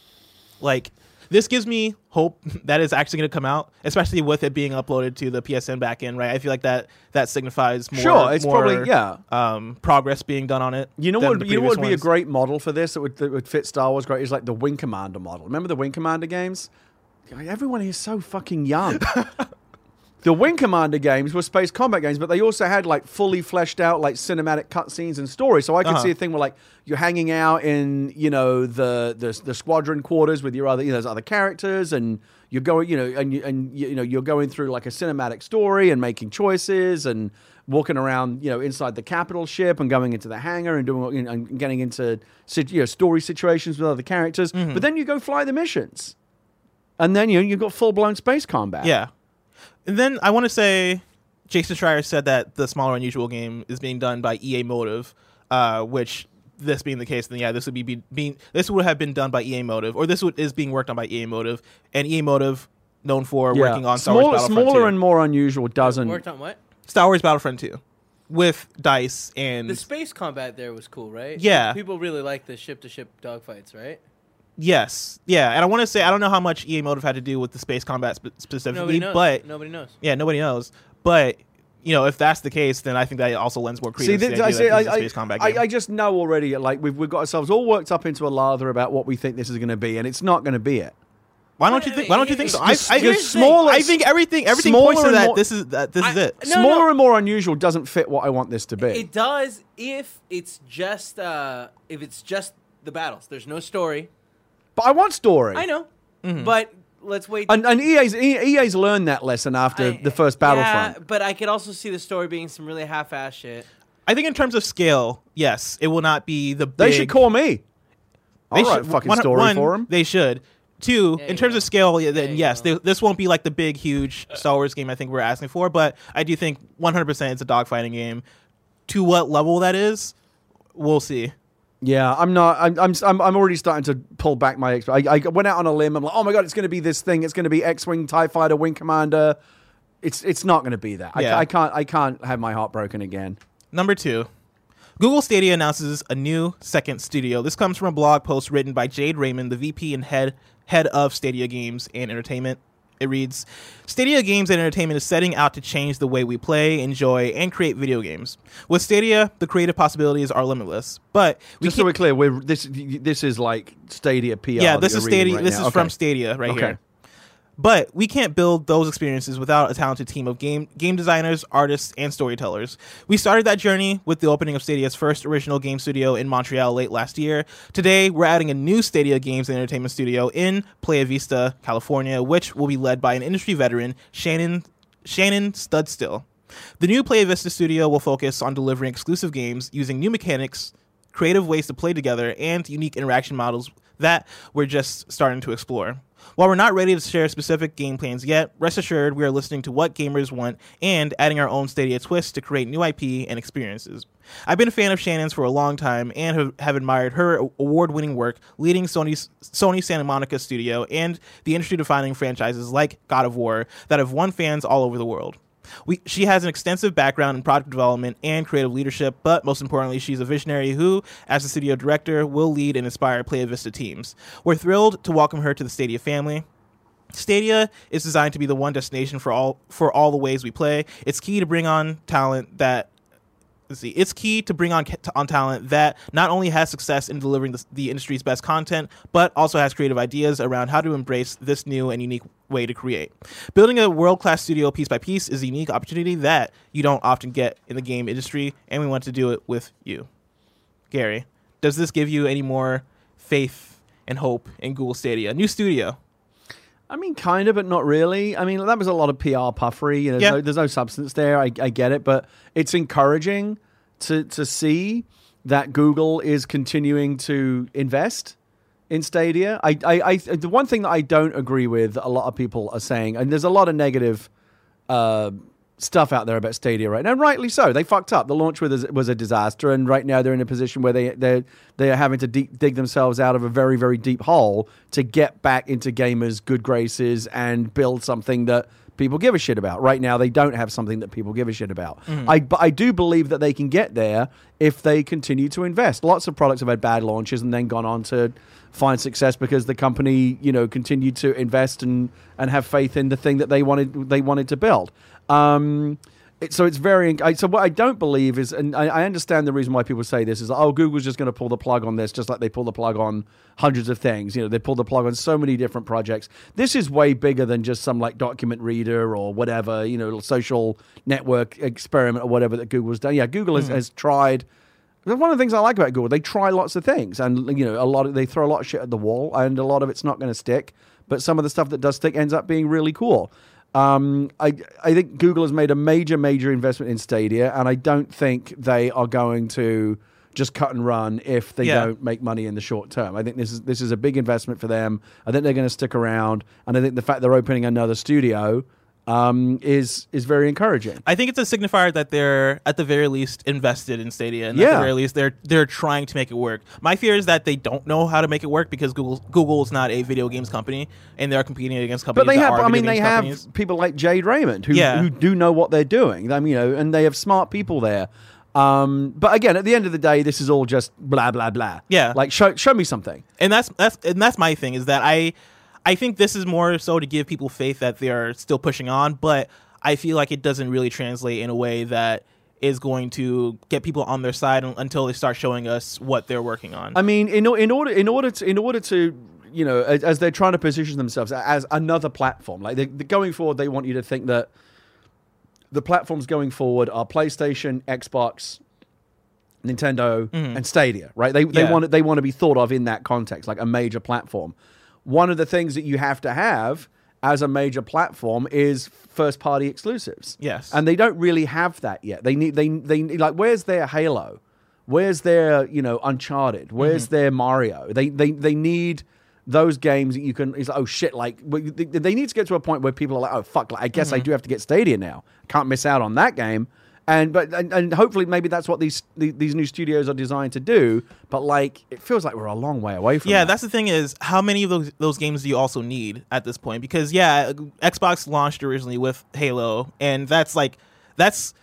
like this gives me hope that it's actually going to come out, especially with it being uploaded to the PSN backend, right? I feel like that that signifies more,
Sure, it's
more,
probably- yeah.
um, progress being done on it.
You know
than
what?
the
Would, you know what would
previous
be a
ones.
great model for this that would, that would fit Star Wars great is like the Wing Commander model. Remember the Wing Commander games? God, Everyone here's so fucking young. the Wing Commander games were space combat games, but they also had like fully fleshed out like cinematic cutscenes and stories. So I could
Uh-huh.
see a thing where like you're hanging out in you know the the, the squadron quarters with your other you know, those other characters and. You're going, you know, and you, and you you know, you're going through like a cinematic story and making choices and walking around, you know, inside the capital ship and going into the hangar and doing you know, and getting into sit- you know, story situations with other characters. But then you go fly the missions, and then you know, you've got full blown space combat.
yeah. And then I want to say, Jason Schreier said that the smaller unusual game is being done by EA Motive, E uh, which this being the case, then yeah, this would be, be being this would have been done by EA Motive, or this would, is being worked on by EA Motive, and EA Motive known for
Yeah.
working on Star
smaller,
Wars Battlefront
smaller
2.
and more unusual doesn't.
Worked on what?
Star Wars Battlefront 2 with Dice and
The space combat there was cool, right?
Yeah.
People really like the ship to ship dogfights, right?
yes, yeah, and I want to say I don't know how much EA Motive had to do with the space combat sp- specifically,
Nobody knows.
but
Nobody knows.
yeah, nobody knows, but. You know, if that's the case, then I think that also lends more
See,
credence to
this,
the
I,
idea
see
that
I,
this is a space combat
I,
game.
I just know already. Like we've we've got ourselves all worked up into a lather about what we think this is going to be, and it's not going to be it.
why don't you think? Why don't you think so? I,
Just-
I,
just
here's the thing.
smaller-
I think everything. Everything
smaller
points to
and
that.
more-
this is that. This is
I-
it.
No,
smaller
no.
and more unusual doesn't fit what I want this to be.
It does if it's just uh, if it's just the battles. There's no story.
but I want story.
I know,
Mm-hmm.
but let's wait.
And, and EA's E- EA's learned that lesson after
I-
the first Battlefront.
Yeah, but I could also see the story being some really half-ass shit.
I think in terms of scale, yes, it will not be the.
They
big,
should call me. I'll write a fucking
one-
story
one,
for 'em.
They should. Two,
There
in
you
terms
go.
of scale, yeah, then
you
yes,
go.
th- this won't be like the big, huge Star Wars game I think we're asking for, but I do think 100% it's a dogfighting game. To what level that is, we'll see.
Yeah, I'm not. I'm. I'm. I'm I'm already starting to pull back my. Exp- I, I went out on a limb. I'm like, oh my god, it's going to be this thing. It's going to be X-wing, Tie Fighter, Wing Commander. It's. It's not going to be that. I,
Yeah.
I can't. I can't have my heart broken again.
Number two, Google Stadia announces a new second studio. This comes from a blog post written by Jade Raymond, the VP and head head of Stadia Games and Entertainment. It reads, Stadia Games and Entertainment is setting out to change the way we play, enjoy, and create video games. With Stadia, the creative possibilities are limitless. But we
Just so
keep-
we're clear, we're this. This is like Stadia PR.
yeah,
that
this
you're
is
reading
Stadia.
right
this
now.
is from
Okay.
Stadia right
Okay.
here. But we can't build those experiences without a talented team of game game designers, artists, and storytellers. We started that journey with the opening of Stadia's first original game studio in Montreal late last year. Today, we're adding a new Stadia Games and Entertainment studio in Playa Vista, California, which will be led by an industry veteran, Shannon Shannon Studstill. The new Playa Vista studio will focus on delivering exclusive games using new mechanics, creative ways to play together, and unique interaction models that we're just starting to explore. While we're not ready to share specific game plans yet, rest assured we are listening to what gamers want and adding our own Stadia twist to create new IP and experiences. I've been a fan of Shannon's for a long time and have, have admired her award-winning work leading Sony's Sony Santa Monica studio and the industry-defining franchises like God of War that have won fans all over the world. We, she has an extensive background in product development and creative leadership, but most importantly, she's a visionary who, as the studio director, will lead and inspire Playa Vista teams. We're thrilled to welcome her to the Stadia family. Stadia is designed to be the one destination for all for all the ways we play. It's key to bring on talent that let's see, it's key to bring on ca- on talent that not only has success in delivering the, the industry's best content, but also has creative ideas around how to embrace this new and unique way to create. Building a world class studio piece by piece is a unique opportunity that you don't often get in the game industry, and we want to do it with you, Gary. Does this give you any more faith and hope in Google Stadia, new studio?
I mean, kind of, but not really. I mean, that was a lot of PR puffery. You know,
Yeah.
there's, no, there's no substance there. I, I get it, but it's encouraging to to see that Google is continuing to invest in Stadia. I, I, I the one thing that I don't agree with a lot of people are saying, and there's a lot of negative uh, stuff out there about Stadia right now, and rightly so. They fucked up. The launch was was a disaster, and right now they're in a position where they they they are having to de- dig themselves out of a very very deep hole to get back into gamers' good graces and build something that people give a shit about. Right now, they don't have something that people give a shit about. I but I do believe that they can get there if they continue to invest. Lots of products have had bad launches and then gone on to find success because the company, you know, continued to invest and and have faith in the thing that they wanted they wanted to build. Um, it, so it's very. I, so what I don't believe is, and I, I understand the reason why people say this is, oh, Google's just going to pull the plug on this, just like they pull the plug on hundreds of things. You know, they pull the plug on so many different projects. This is way bigger than just some like document reader or whatever. You know, social network experiment or whatever that Google's done. Yeah, Google has, has tried. One of the things I like about Google, they try lots of things, and you know, a lot of they throw a lot of shit at the wall, and a lot of it's not going to stick. But some of the stuff that does stick ends up being really cool. Um, I I think Google has made a major major investment in Stadia, and I don't think they are going to just cut and run if they
Yeah.
don't make money in the short term. I think this is this is a big investment for them. I think they're going to stick around, and I think the fact they're opening another studio um, is is very encouraging.
I think it's a signifier that they're at the very least invested in Stadia, and at
Yeah.
the very least they're they're trying to make it work. My fear is that they don't know how to make it work because Google Google is not a video games company, and they're competing against companies.
But they
that
have,
are
I mean,
video
they
games
have
companies.
people like Jade Raymond who,
Yeah.
who do know what they're doing. I mean, you know, and they have smart people there. Um, but again, at the end of the day, this is all just blah blah blah.
Yeah.
like show show me something.
and that's that's and that's my thing is that I I think this is more so to give people faith that they are still pushing on, but I feel like it doesn't really translate in a way that is going to get people on their side un- until they start showing us what they're working on.
I mean, in, o- in order in order to in order to you know as, as they're trying to position themselves a- as another platform, like they, they- going forward, they want you to think that the platforms going forward are PlayStation, Xbox, Nintendo, and Stadia. Right? They they
Mm-hmm. Yeah.
want they want to be thought of in that context, like a major platform. One of the things that you have to have as a major platform is first party exclusives.
Yes.
And they don't really have that yet. They need they they need- like where's their Halo? Where's their, you know, Uncharted? Where's their Mario? They they they need those games that you can it's like, oh shit like we- they, they need to get to a point where people are like oh fuck like, I guess I do have to get Stadia now. Can't miss out on that game. And but and, and hopefully maybe that's what these the- these new studios are designed to do, but like it feels like we're a long way away from
Yeah,
that.
that's the thing is how many of those those games do you also need at this point? Because yeah, Xbox launched originally with Halo, and that's like that's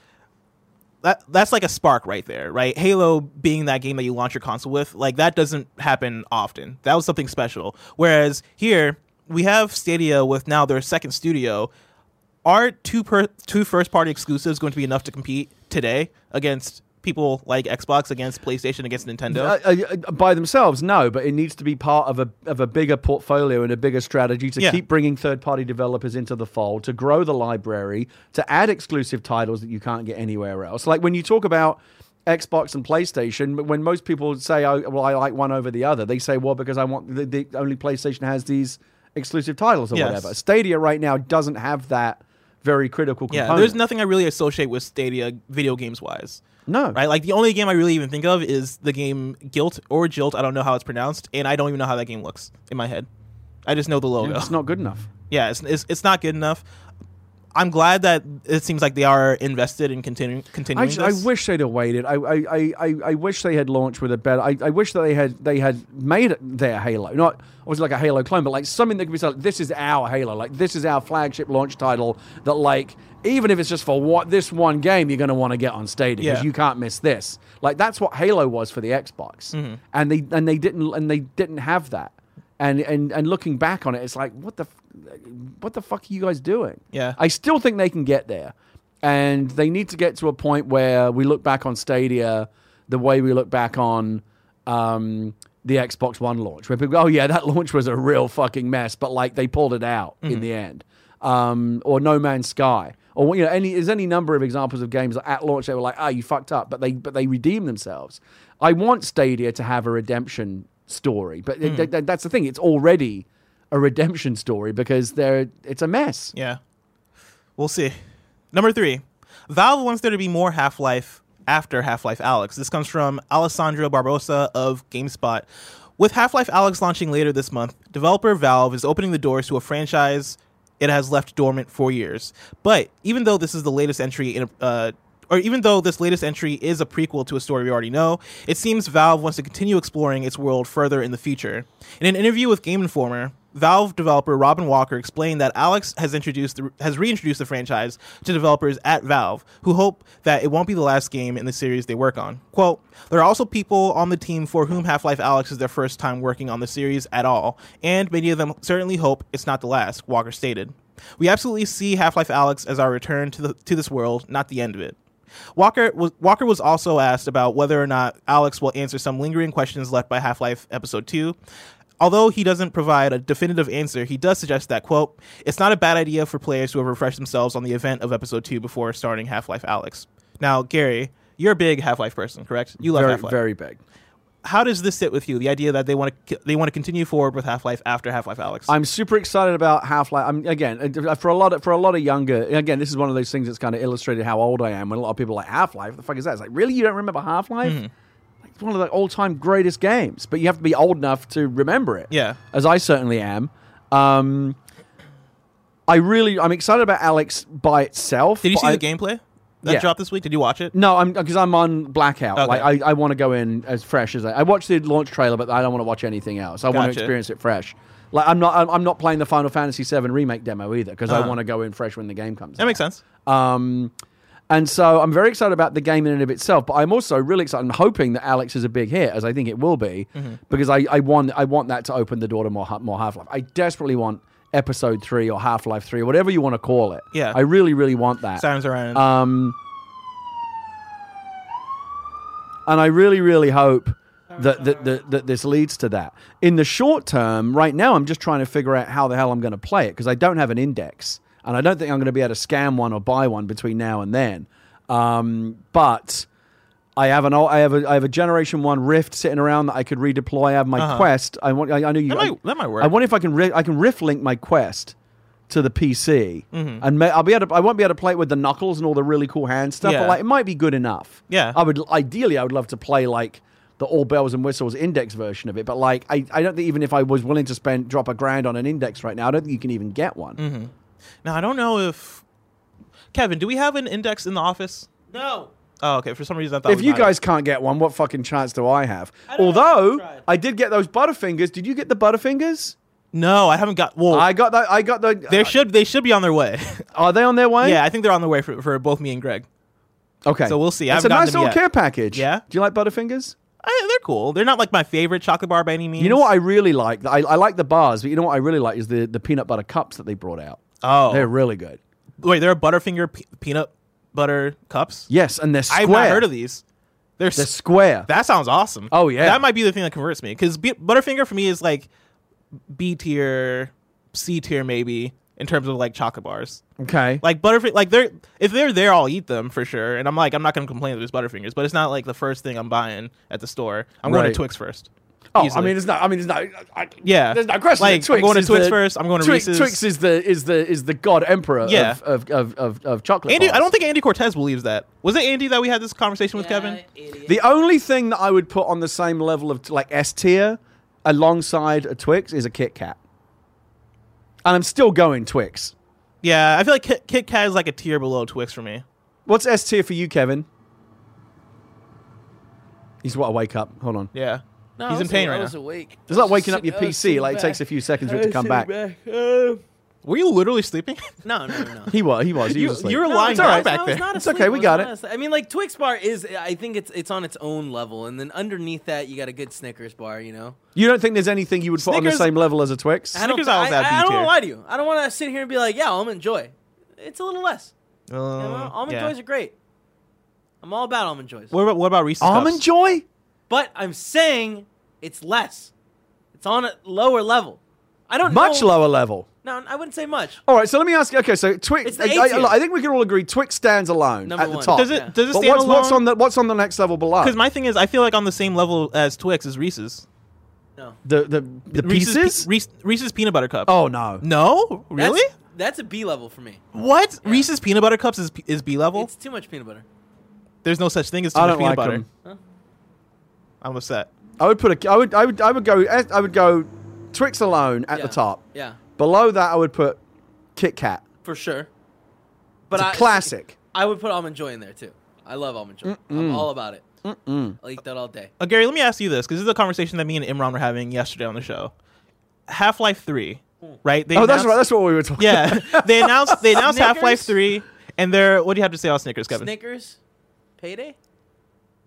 that that's like a spark right there, right? Halo being that game that you launch your console with, like that doesn't happen often. That was something special. Whereas here we have Stadia with now their second studio. Are two per, two first party exclusives going to be enough to compete today against people like Xbox, against PlayStation, against Nintendo?
Uh, uh, uh, by themselves, no, but it needs to be part of a of a bigger portfolio and a bigger strategy to
Yeah.
keep bringing third party developers into the fold, to grow the library, to add exclusive titles that you can't get anywhere else. Like when you talk about Xbox and PlayStation, when most people say, "Oh, well, I like one over the other," they say, "Well, because I want the, the only PlayStation has these exclusive titles or
Yes.
whatever." Stadia right now doesn't have that very critical
Yeah,
component.
there's nothing I really associate with Stadia video games wise.
no
Right? Like the only game I really even think of is the game Guilt or Jilt, I don't know how it's pronounced, and I don't even know how that game looks in my head. I just know the logo.
It's not good enough.
yeah, it's, it's it's not good enough. I'm glad that it seems like they are invested in continuing
I,
continuing
just, I
this.
wish they'd have waited. I, I, I- I, I wish they had launched with a better. I, I wish that they had they had made it their Halo, not obviously like a Halo clone, but like something that could be said. Like, this is our Halo. Like this is our flagship launch title. That like even if it's just for what this one game, you're going to want to get on Stadia because
Yeah.
you can't miss this. Like that's what Halo was for the Xbox,
Mm-hmm.
and they and they didn't and they didn't have that. And, and and looking back on it, it's like what the f- what the fuck are you guys doing?
Yeah.
I still think they can get there. And they need to get to a point where we look back on Stadia the way we look back on um, the Xbox One launch, where people go, oh, yeah, that launch was a real fucking mess, but like they pulled it out in the end. Um, or No Man's Sky. Or you know, any there's any number of examples of games that at launch they were like, "Ah, you fucked up," but they but they redeemed themselves. I want Stadia to have a redemption story, but th- th- that's the thing; it's already a redemption story because they're it's a mess.
yeah. We'll see. Number 3. Valve wants there to be more Half-Life after Half-Life Alex. This comes from Alessandro Barbosa of GameSpot. With Half-Life Alex launching later this month, developer Valve is opening the doors to a franchise it has left dormant for years. But even though this is the latest entry in a uh, or even though this latest entry is a prequel to a story we already know, it seems Valve wants to continue exploring its world further in the future. In an interview with Game Informer, Valve developer Robin Walker explained that Alex has introduced the, has reintroduced the franchise to developers at Valve, who hope that it won't be the last game in the series they work on. Quote, there are also people on the team for whom Half-Life Alex is their first time working on the series at all, and many of them certainly hope it's not the last, Walker stated. We absolutely see Half-Life Alex as our return to the to this world, not the end of it. Walker was Walker was also asked about whether or not Alex will answer some lingering questions left by Half-Life Episode 2. Although he doesn't provide a definitive answer, he does suggest that quote, "It's not a bad idea for players who have refreshed themselves on the event of Episode 2 before starting Half-Life Alex." Now, Gary, you're a big Half-Life person, correct? You love
very,
Half-Life.
very big.
How does this sit with you? The idea that they want to they want to continue forward with Half-Life after Half-Life Alex.
I'm super excited about Half Life. I'm again uh, for a lot of, for a lot of younger. Again, this is one of those things that's kind of illustrated how old I am. When a lot of people are like Half Life, what the fuck is that? It's like really you don't remember Half Life?
Mm-hmm.
Like, It's one of the all time greatest games, but you have to be old enough to remember it.
Yeah.
as I certainly am. Um, I really, I'm excited about Alex by itself.
Did you
but
see
I-
the gameplay that
Yeah.
dropped this week? Did you watch it?
No, I'm because I'm on blackout.
Okay.
Like I, I want to go in as fresh as I. I watched the launch trailer, but I don't want to watch anything else. I
Gotcha.
want to experience it fresh. Like I'm not I'm, I'm not playing the Final Fantasy VII remake demo either because I want to go in fresh when the game comes.
Uh-huh. That makes sense.
Um, and so I'm very excited about the game in and of itself, but I'm also really excited. I'm hoping that Alex is a big hit, as I think it will be,
Mm-hmm.
because I, I want I want that to open the door to more Ha- more Half Life. I desperately want Episode Three or Half Life Three, or whatever you want to call it.
Yeah.
I really really want that.
Sam's around.
Um, and I really, really hope that, that, that, that this leads to that. In the short term, right now, I'm just trying to figure out how the hell I'm going to play it because I don't have an index. And I don't think I'm going to be able to scam one or buy one between now and then. Um, but I have an old, I have a I have a Generation One Rift sitting around that I could redeploy. I have my Quest. I want. I, I know you.
Uh-huh. That might-
I-
that might work.
I wonder if I can ri- I can rift link my Quest to the PC,
Mm-hmm.
and may, I'll be able to, I won't be able to play it with the knuckles and all the really cool hand stuff.
Yeah.
But like, it might be good enough.
Yeah.
I would ideally I would love to play like the all bells and whistles index version of it. But like, I, I don't think even if I was willing to spend drop a grand on an index right now, I don't think you can even get one.
Mm-hmm. now I don't know if Kevin, do we have an index in the office?
No.
Oh, okay. For some reason, I thought
If
we
you
might.
guys can't get one, what fucking chance do I have?
I don't know.
Although
Tried.
I did get those butterfingers. Did you get the butterfingers?
no, I haven't got. Well,
I got that. I got the.
they should they should be on their way.
Are they on their way?
yeah, I think they're on their way for, for both me and Greg.
Okay.
So we'll see. I
It's a
haven't gotten
nice
them
little
yet.
care package.
Yeah?
Do you like butterfingers?
I, they're cool. They're not like my favorite chocolate bar by any means.
You know what I really like? I, I like the bars, but you know what I really like is the, the peanut butter cups that they brought out.
Oh,
They're really good.
wait, there are Butterfinger pe- peanut butter cups.
Yes, and they're square.
I've not heard of these. They're,
They're
s-
square.
that sounds awesome.
Oh, yeah.
that might be the thing that converts me because Butterfinger for me is like B tier, C tier maybe in terms of like chocolate bars.
okay.
Like Butterfinger, like they're if they're there, I'll eat them for sure. And I'm like, I'm not gonna complain that there's Butterfingers, but it's not like the first thing I'm buying at the store. I'm going
Right.
to Twix first.
oh, I
easily.
mean, it's not. I mean, it's not. I, I-
Yeah.
there's no question.
Like,
that Twix
I'm going to
is
Twix
the-
first, I'm going to
Twix,
Reese's.
Twix is the is the is the god emperor
Yeah.
of, of, of, of, of chocolate.
Andy, I
bars.
don't think Andy Cortez believes that. Was it Andy that we had this conversation with,
Yeah,
Kevin?
idiot.
the only thing that I would put on the same level of like S tier alongside a Twix is a Kit Kat, and I'm still going Twix.
Yeah, I feel like Kit, Kit Kat is like a tier below Twix for me.
What's S tier for you, Kevin? He's what I wake up. Hold on.
Yeah,
No, I
he's in
was-
pain
I
right
was
now.
awake.
It's like waking up your
I was
PC. Like it
sitting
takes a
back.
few seconds
I
for it to
was
come
sitting
back.
Uh,
Were you literally sleeping?
no, no, no.
He was. He was. He
You-
was asleep.
you were
No,
lying
it's all
down
right.
back
I was
there.
not
It's
asleep.
okay, we
I was
got
not
it.
asleep. I mean, like Twix bar is. I think it's it's on its own level, and then underneath that, you got a good Snickers bar. You know,
You don't think there's anything you would put on the
Snickers-
same level as a Twix?
I don't.
Snickers I was at
I, I, I
B
don't
tier.
wanna lie to you. I don't want to sit here and be like, yeah, almond joy. It's a little less. You know,
Mm,
Uh,
almond
yeah.
joys are great. I'm all about almond joys,
What about what about Reese's
Almond
Cups?
Joy?
but I'm saying it's less. It's on a lower level. I don't
Much
know.
lower level.
No, I wouldn't say much.
All right, so let me ask you. Okay, so Twix.
It's the
I,
A
I-
tier.
look, I think we can all agree Twix stands alone
Number
at the
one.
top.
Does
Yeah.
it does it
but
stand
what's, what's on
alone?
the what's on the next level below?
Because my thing is, I feel like on the same level as Twix is Reese's.
No.
the the, the
Reese's
pieces.
pe- Reese- Reese's peanut butter cup.
oh no.
no,
That's-
really?
That's a B level for me.
What? Reese's peanut butter cups is is B level.
It's too much peanut butter.
There's no such thing as too
I
much
don't
peanut
like
butter.
'em.
I'm upset.
I would put a. I would. I would. I would go. I would go. Twix alone at
Yeah.
the top.
Yeah,
Below that, I would put Kit Kat.
for sure.
But
But
it's a
I-
classic.
I would put almond joy in there too. I love almond joy. I'm all about it. I'll eat that all day.
Uh, Gary, let me ask you this because this is a conversation that me and Imran were having yesterday on the show. Half Life Three, right? They
Oh, that's
announced-
right. That's what we were talking.
yeah, they announced they announced
Snickers?
Half Life Three, and they're what do you have to say about Snickers, Kevin?
Snickers, payday.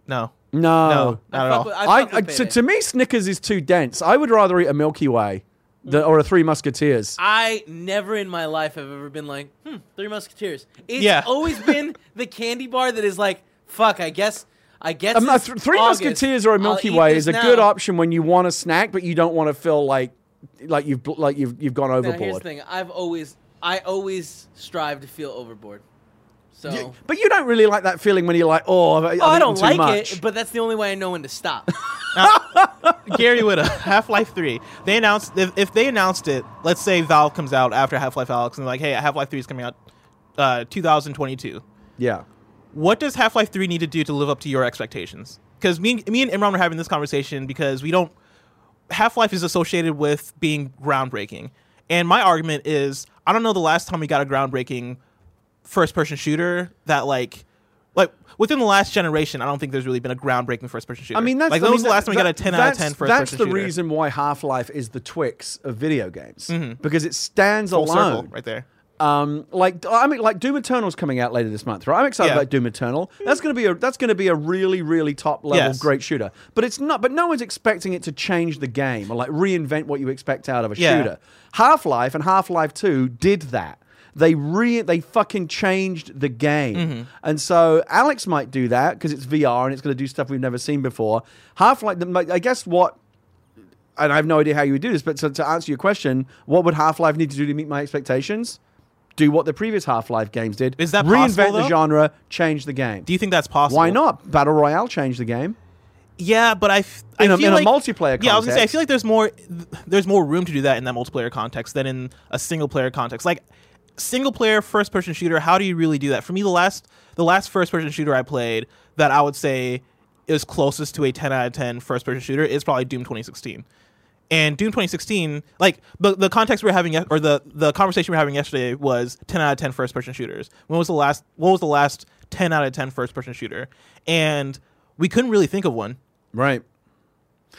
no,
No.
no,
I
not at
fuck
all.
with-
I,
fuck
I,
with
to,
payday.
to me, Snickers is too dense. I would rather eat a Milky Way than, or a Three Musketeers.
I never in my life have ever been like, hmm, Three Musketeers. It's
Yeah.
always been the candy bar that is like, fuck. I guess. I guess.
Um, uh,
it's
th- Three
August.
Musketeers or a
I'll
Milky
eat
Way
this
is a
now.
good option when you want a snack, but you don't want to feel like like you've bl- like you've you've gone
Now, here's the
overboard.
thing. I've always, I always strive to feel overboard. So.
You- but you don't really like that feeling when you're like, oh, I've, I've
Oh, I
eaten
don't
too
like
much.
it, but that's the only way I know when to stop.
Gary Witta, Half Life Three. They announced if, if they announced it, let's say Valve comes out after Half Life Alex and they're like, hey, Half Life Three is coming out uh, 2022.
yeah.
What does Half Life Three need to do to live up to your expectations? Because me, and- me and Imran were having this conversation because we don't Half Life is associated with being groundbreaking, and my argument is I don't know the last time we got a groundbreaking first person shooter that like like within the last generation, I don't think there's really been a groundbreaking first person shooter.
I mean, that's
like
I
when
mean,
was the last time we got a
that-
ten out of
that's-
ten first
That's
person
the
shooter?
reason why Half Life is the Twix of video games because it stands
Mm-hmm. Full
alone.
circle right there.
Um, like I mean, like Doom Eternal's coming out later this month, right? I'm excited
Yeah.
about Doom Eternal. That's gonna be a that's gonna be a really really top level
Yes.
great shooter. But it's not. But no one's expecting it to change the game or like reinvent what you expect out of a
Yeah.
shooter. Half Life and Half Life Two did that. They re they fucking changed the game,
Mm-hmm.
and so Alex might do that because it's VR and it's going to do stuff we've never seen before. Half Life, I guess what and I have no idea how you would do this, but to, to answer your question, what would Half Life need to do to meet my expectations? Do what the previous Half Life games did.
Is that
reinvent
possible,
the
though?
genre, change the game?
Do you think that's possible?
Why not? Battle Royale changed the game.
Yeah, but I, f- I
In a-
feel
in a
like,
multiplayer
Yeah, I was gonna say I
context.
feel like there's more th- there's more room to do that in that multiplayer context than in a single player context. Like single player first person shooter, how do you really do that? For me, the last the last first person shooter I played that I would say is closest to a 10 out of 10 first person shooter is probably Doom 2016. And Doom 2016, like the the context we were having ye- or the the conversation we were having yesterday was 10 out of 10 first person shooters. When was the last what was the last 10 out of 10 first person shooter? And we couldn't really think of one
Right.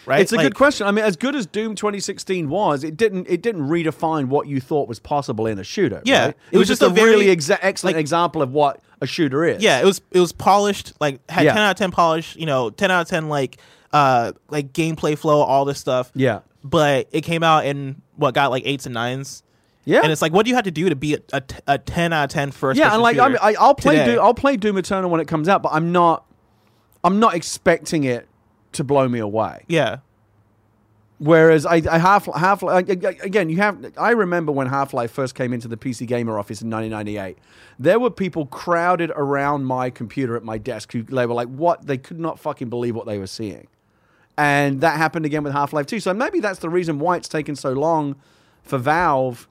right?
It's a
Like,
good question. I mean, as good as Doom 2016 was, it didn't it didn't redefine what you thought was possible in a shooter.
Yeah.
right?
It
it, was,
was
just,
just a
a really
very,
exa- excellent
like-
example of what a shooter is.
Yeah, it was it was polished, like had
Yeah.
ten out of ten polish, you know, ten out of ten like uh like gameplay flow, all this stuff.
yeah,
But it came out and what got like eights and nines.
yeah.
And it's like, what do you have to do to be a, a, t- a ten out of ten first?
yeah,
person
and like I
shooter
mean, I, I'll play
today?
Doom, I'll play Doom Eternal when it comes out, but I'm not I'm not expecting it to blow me away.
yeah,
Whereas I, I half half like, again, you have I remember when Half Life first came into the PC Gamer office in 1998. There were people crowded around my computer at my desk who they were like, "What?" They could not fucking believe what they were seeing, and that happened again with Half Life 2. So maybe that's the reason why it's taken so long for Valve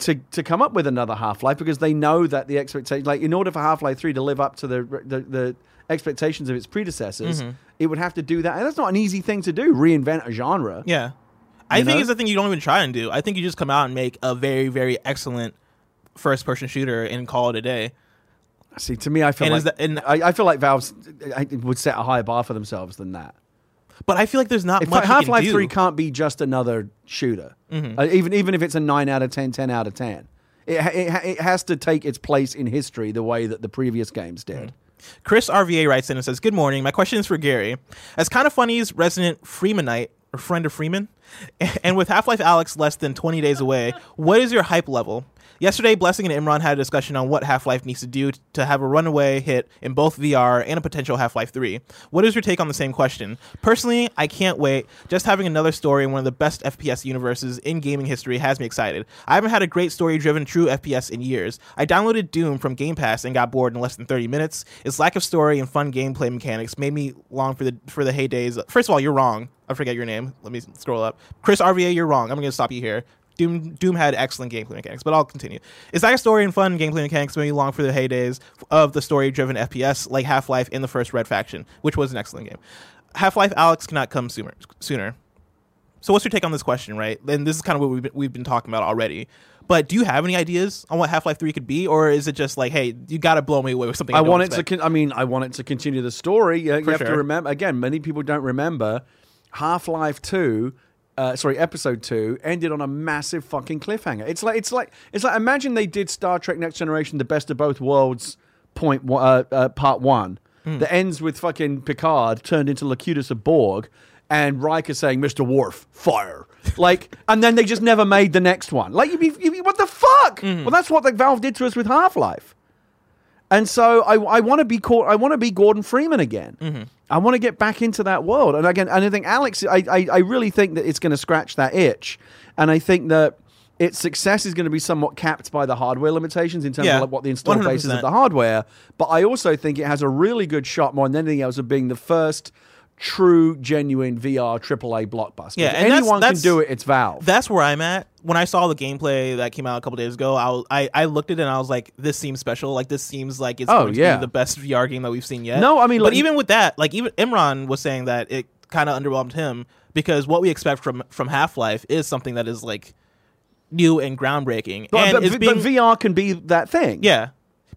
to to come up with another Half Life because they know that the expectation, like in order for Half Life Three to live up to the the, the expectations of its predecessors, it would have to do that, and that's not an easy thing to do. Reinvent a genre.
yeah. I think
know?
it's the thing you don't even try and do. I think you just come out and make a very very excellent first person shooter and call it a day.
See, to me, I feel
And
like
is that- and-
I, I feel like Valve's I, would set a higher bar for themselves than that.
But I feel like there's not
If
much you
Half Life
can do. Mm-hmm.
Three can't be just another shooter, Uh, even even if it's a nine out of 10, 10 out of ten, it ha- it, ha- it has to take its place in history the way that the previous games did.
Chris RVA writes in and says, Good morning. My question is for Gary. As kind of funny's resident Freemanite, or friend of Freeman, and with Half Life Alex less than 20 days away, what is your hype level? Yesterday, Blessing and Imran had a discussion on what Half Life needs to do t- to have a runaway hit in both VR and a potential Half Life 3. What is your take on the same question? Personally, I can't wait. Just having another story in one of the best FPS universes in gaming history has me excited. I haven't had a great story driven true FPS in years. I downloaded Doom from Game Pass and got bored in less than 30 minutes. Its lack of story and fun gameplay mechanics made me long for the for the heydays. First of all, you're wrong. I forget your name. Let me scroll up. Chris RVA, you're wrong. I'm going to stop you here. Doom Doom had excellent gameplay mechanics, but I'll continue. It's like a story and fun gameplay mechanics made me long for the heydays of the story-driven FPS like Half-Life and the first Red Faction, which was an excellent game. Half-Life Alex cannot come sooner. sooner. So what's your take on this question, right? And this is kind of what we've been, we've been talking about already. But do you have any ideas on what Half-Life 3 could be or is it just like, hey, you got to blow me away with something I,
I
don't
want it to.
expect?
Con- I mean, I want it to continue the story. You, you have to
sure.
remember again. Many people don't remember Half Life Two. Uh, sorry, Episode Two ended on a massive fucking cliffhanger. It's like it's like it's like imagine they did Star Trek Next Generation: The Best of Both Worlds point one- uh, uh, part one
Hmm.
that ends with fucking Picard turned into Locutus of Borg. And Riker saying, "Mr. Worf, fire!" Like, and then they just never made the next one. Like, you'd be, you'd be what the fuck?
Hmm.
Well, that's what the Valve did to us with Half Life. And so I, I want to be caught. I want to be Gordon Freeman again.
Mm-hmm.
I want to get back into that world. And again, and I think Alex, I, I, I really think that it's going to scratch that itch. And I think that its success is going to be somewhat capped by the hardware limitations in terms
Yeah,
of like what the install base is of
100%.
the hardware. But I also think it has a really good shot more than anything else of being the first true, genuine VR AAA blockbuster.
Yeah,
if
and that's-
anyone
that's-
can do it, it's Valve.
that's where I'm at. When I saw the gameplay that came out a couple days ago, I, was- I I looked at it and I was like, this seems special. Like this seems like it's
Oh,
going to
yeah.
be the best VR game that we've seen yet.
No, I mean,
but
like-
even with that, like even Imran was saying that it kind of underwhelmed him because what we expect from from Half Life is something that is like new and groundbreaking.
But,
and
but-
it's
but
being,
VR can be that thing.
yeah,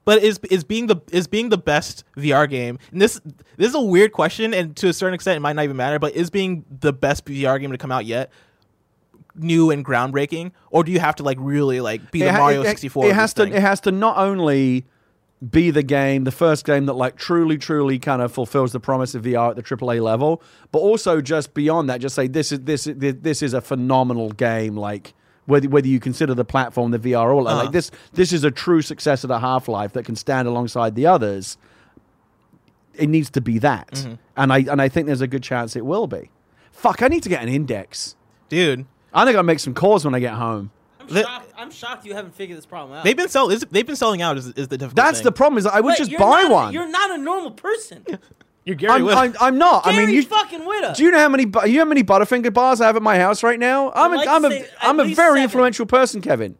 but is is being the is being the best VR game. And this this is a weird question, and to a certain extent, it might not even matter. But is being the best VR game to come out yet? new and groundbreaking or do you have to like really like be the
ha-
mario
it-
64
It
of this
has to.
thing?
It has to not only be the game, the first game that like truly, truly kind of fulfills the promise of VR at the AAA level, but also just beyond that, just say this is this is- this is a phenomenal game. Like whether whether you consider the platform, the VR, or
Uh-huh.
like this this is a true successor to Half Life that can stand alongside the others. It needs to be that,
Mm-hmm.
and I and I think there's a good chance it will be. Fuck, I need to get an index.
dude
I think I'll make some calls when I get home.
I'm
The-
shocked. I'm shocked you haven't figured this problem out.
they've been sell is, they've been selling out is, is the difficult
That's
thing.
the problem. Is I would
Wait,
just
you're
buy
not a-
one.
You're not a normal person.
you're gary
I'm,
Whitta.
I'm, I'm not. I
Gary
mean, you.
fucking Witta.
Do you know how many bu- you know how many Butterfinger bars I have at my house right now? I'm a,
like to
am a
say at
am a
least
very
seven.
influential person, Kevin.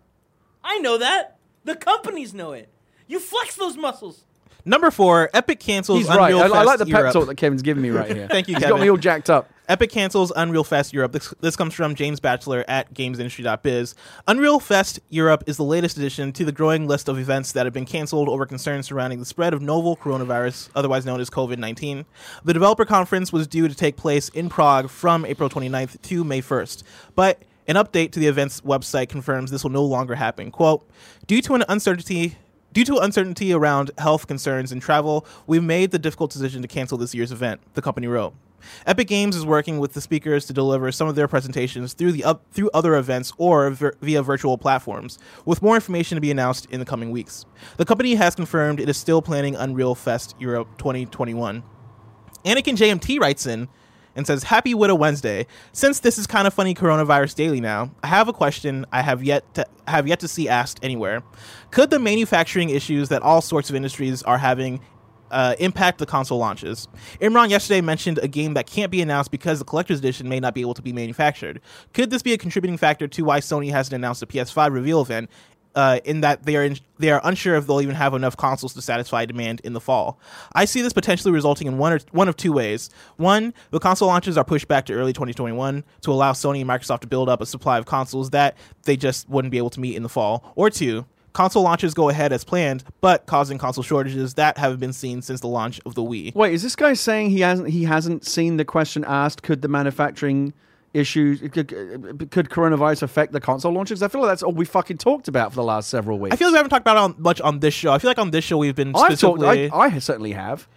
I know that. The companies know it. You flex those muscles.
number four epic cancels
He's right.
unreal
I, I
fest
like the pep
Europe.
talk that Kevin's giving me right here.
Thank you,
He's got
Kevin.
me all jacked up.
Epic cancels Unreal Fest Europe. This, this comes from James Batchelor at gamesindustry.biz. Unreal Fest Europe is the latest addition to the growing list of events that have been canceled over concerns surrounding the spread of novel coronavirus, otherwise known as COVID 19. The developer conference was due to take place in Prague from April 29th to May 1st, but an update to the event's website confirms this will no longer happen. Quote, due to an uncertainty Due to uncertainty around health concerns and travel, we made the difficult decision to cancel this year's event, the company wrote. Epic Games is working with the speakers to deliver some of their presentations through the up, through other events or vir- via virtual platforms, with more information to be announced in the coming weeks. The company has confirmed it is still planning Unreal Fest Europe 2021. Anakin JMT writes in and says, Happy Widow Wednesday. Since this is kind of funny coronavirus daily now, I have a question I have yet to have yet to see asked anywhere. Could the manufacturing issues that all sorts of industries are having uh, impact the console launches. Imran yesterday mentioned a game that can't be announced because the collector's edition may not be able to be manufactured. Could this be a contributing factor to why Sony hasn't announced a PS5 reveal event uh, in that they are in, they are unsure if they'll even have enough consoles to satisfy demand in the fall. I see this potentially resulting in one or one of two ways. One, the console launches are pushed back to early 2021 to allow Sony and Microsoft to build up a supply of consoles that they just wouldn't be able to meet in the fall. Or two, console launches go ahead as planned, but causing console shortages that haven't been seen since the launch of the Wii.
Wait, is this guy saying he hasn't he hasn't seen the question asked? Could the manufacturing issues could, could coronavirus affect the console launches? I feel like that's all we fucking talked about for the last several weeks.
I feel like we haven't talked about it on, much on this show. I feel like on this show we've been
I've talked.
specifically.
I, I certainly have.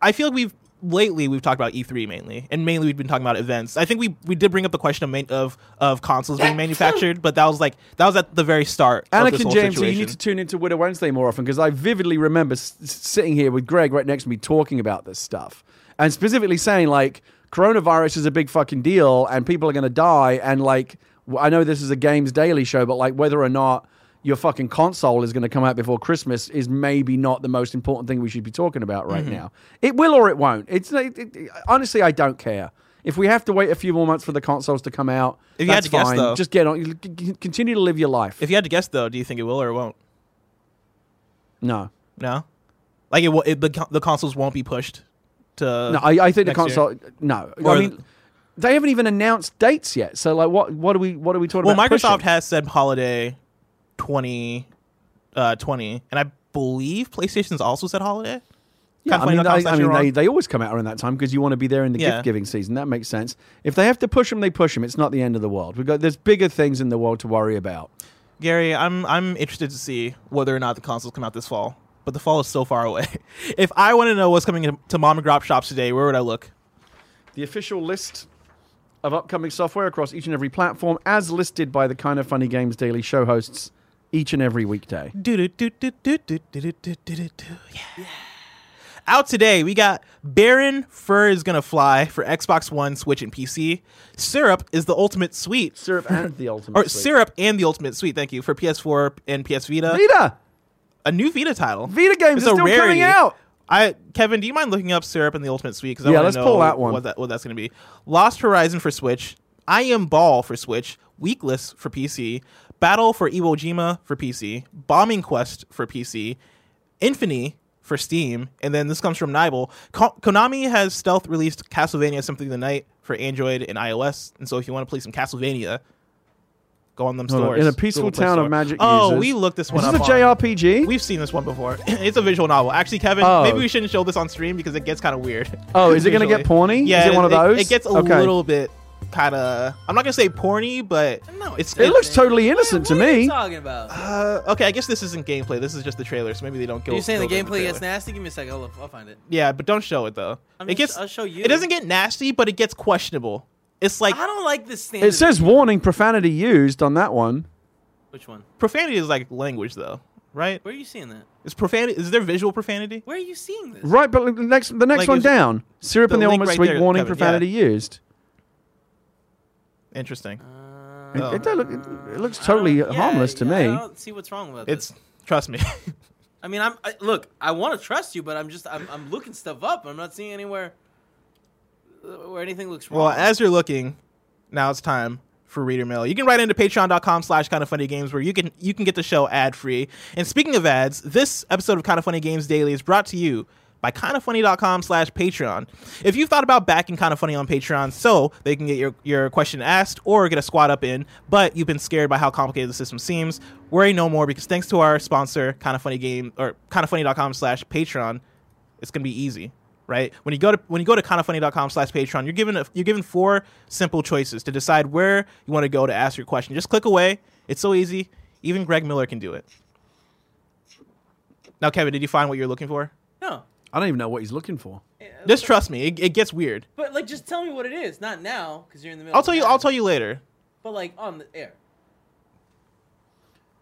I feel like we've lately we've talked about E3 mainly, and mainly we've been talking about events. I think we we did bring up the question of main, of of consoles being manufactured, but that was like that was at the very start. of this
Anakin
whole
James, you
situation.
need to tune into Widow Wednesday more often because I vividly remember s- s- sitting here with Greg right next to me talking about this stuff and specifically saying like coronavirus is a big fucking deal and people are going to die and like w- I know this is a games daily show but like whether or not your fucking console is going to come out before Christmas is maybe not the most important thing we should be talking about
Mm-hmm.
right now. It will or it won't. It's like- it, it- honestly I don't care. If we have to wait a few more months for the consoles to come out,
If you had
that's
to guess,
fine.
though-
Just get on. you c- c- Continue to live your life.
if you had to guess though, do you think it will or it won't?
no.
No, like it, will, it the con- the consoles won't be pushed to.
No, I, I think the
next year.
console. No,
Or
I mean, they haven't even announced dates yet. So like, what what are we what are we talking
well,
about?
Microsoft
pushing?
has said holiday twenty uh, twenty, and I believe PlayStation's also said holiday.
Yeah, I mean,
Kinda funny that
they, I mean
console's
they,
wrong.
they always come out around that time because you want to be there in the
Yeah.
gift giving season. That makes sense. If they have to push them, they push them. It's not the end of the world. We got there's bigger things in the world to worry about.
Gary, I'm I'm interested to see whether or not the consoles come out this fall. But the fall is so far away. if I want to know what's coming to- to mom and grop shops today, where would I look?
The official list of upcoming software across each and every platform, as listed by the Kind of Funny Games Daily show hosts, each and every weekday.
Do-do-do-do-do-do-do-do-do-do. Yeah. Out today, we got Baron Fur is gonna fly for Xbox One, Switch, and PC. Syrup is the ultimate suite,
Syrup and the ultimate.
or
Suite.
Syrup and the ultimate suite. Thank you for PS4 and PS Vita.
Vita,
A new Vita title.
Vita games
It's
are
a
still coming
rarity.
out.
I Kevin, do you mind looking up Syrup and the Ultimate Suite? 'Cause I
Yeah,
wanna
let's
know
pull that one.
What, that, what that's going to be? Lost Horizon for Switch. I Am Ball for Switch. Weakless for PC. Battle for Iwo Jima for PC. Bombing Quest for PC. Infamy for Steam. And then this comes from Nibel. Ko- Konami has stealth released Castlevania Something of the Night for Android and iOS. And so if you want to play some Castlevania, Go on them
Hold on.
stores.
In a peaceful
Google Play
town
Store.
of magic
Oh,
users.
we looked this one
Is
up.
this a
on-
JRPG?
We've seen this one before. it's a visual novel. Actually, Kevin,
Oh.
maybe we shouldn't show this on stream because it gets kind of weird.
Oh, is it gonna get
Visually.
porny?
Yeah,
Is it one of those?
It, gets a
Okay.
little bit kind of. I'm not gonna say porny, but no, it's.
It looks totally
What-
innocent to
what are you
me. Ah,
talking about?
Uh, okay, I guess this isn't gameplay. This is just the trailer, so maybe they don't. Go,
Are you saying the
build it in
gameplay gets
trailer.
nasty? Give me a second. I'll, I'll find it.
Yeah, but don't show it though.
I'm
it
just-
gets.
I'll show you.
It doesn't get nasty, but it gets questionable. It's like
I don't like this standard.
It says warning profanity used on that one.
which one?
profanity is like language though, right?
Where are you seeing that?
Is profanity? Is there visual profanity?
Where are you seeing this?
Right, but the next the next
Like,
one
is it-
down. Syrup
the
and the
link
almond
right
sweet
there,
warning
Kevin, yeah.
profanity used.
Interesting.
Uh,
It,
Oh.
it, don't look, it, it looks
I don't-
totally
Oh, yeah,
harmless to
yeah,
me.
I don't see what's wrong with it.
It's trust me.
I mean, I'm I, look. I want to trust you, but I'm just I'm, I'm looking stuff up. I'm not seeing anywhere uh, where anything looks wrong.
Well, as you're looking, now it's time for reader mail. You can write into patreon.com slash kind of funny games where you can you can get the show ad free. And speaking of ads, this episode of Kind of Funny Games Daily is brought to you by kindoffunny.com slash patreon. If you've thought about backing Kind of Funny on Patreon so they can get your, your question asked or get a squad up in, but you've been scared by how complicated the system seems, worry no more because thanks to our sponsor, Kind of Funny Game or kindoffunny.com slash patreon, it's gonna be easy right when you go to when you go to kindoffunny.com slash patreon you're given a, you're given four simple choices to decide where you want to go to ask your question just click away it's so easy even greg miller can do it now kevin did you find what you're looking for
no,
I don't even know what he's looking for.
just trust me it, it gets weird
but like, just tell me what it is. Not now, because you're in the middle.
i'll
of
tell you
that,
i'll tell you later
But like on the air.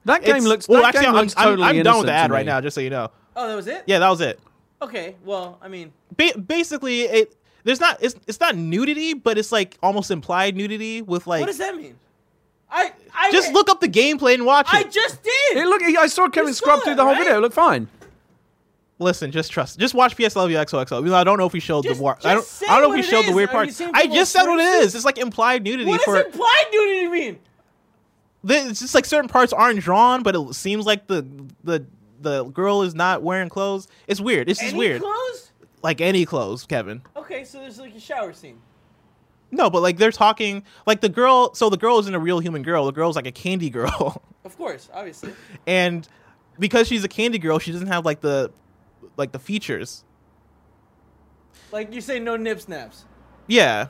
That game
It's-
looks.
well
that
actually
game
i'm,
looks
I'm-
totally
I'm done with the
innocent to
ad right
me.
now just so you know
Oh, that was it.
yeah that was it
Okay. Well, I mean,
ba- basically it there's not it's, it's not nudity but it's like almost implied nudity with like
what does that mean? I I
just look up the gameplay and watch
I
it
just did.
It look. I saw Kevin
saw
scrub
it,
through the whole
right?
video. It looked fine.
Listen, just trust. Just watch PSLV XOXO. Even though I don't know if we showed
Just-
the war.
just
I don't.
say
I don't know
what
if
it
we showed
is.
the weird
Are you
parts.
seeing
I
people
just said what it
swimsuit?
is. It's like implied nudity
what
for.
does implied nudity mean?
Th- it's just like certain parts aren't drawn, but it seems like the the the girl is not wearing clothes. It's weird. It's just
Any
weird.
clothes?
like any clothes, Kevin.
Okay, so there's like a shower scene.
No, but like they're talking. Like the girl. So the girl isn't a real human girl. The girl's like a candy girl,
Of course, obviously.
and because she's a candy girl, she doesn't have like the like the features.
Like you say, no nip snaps.
Yeah,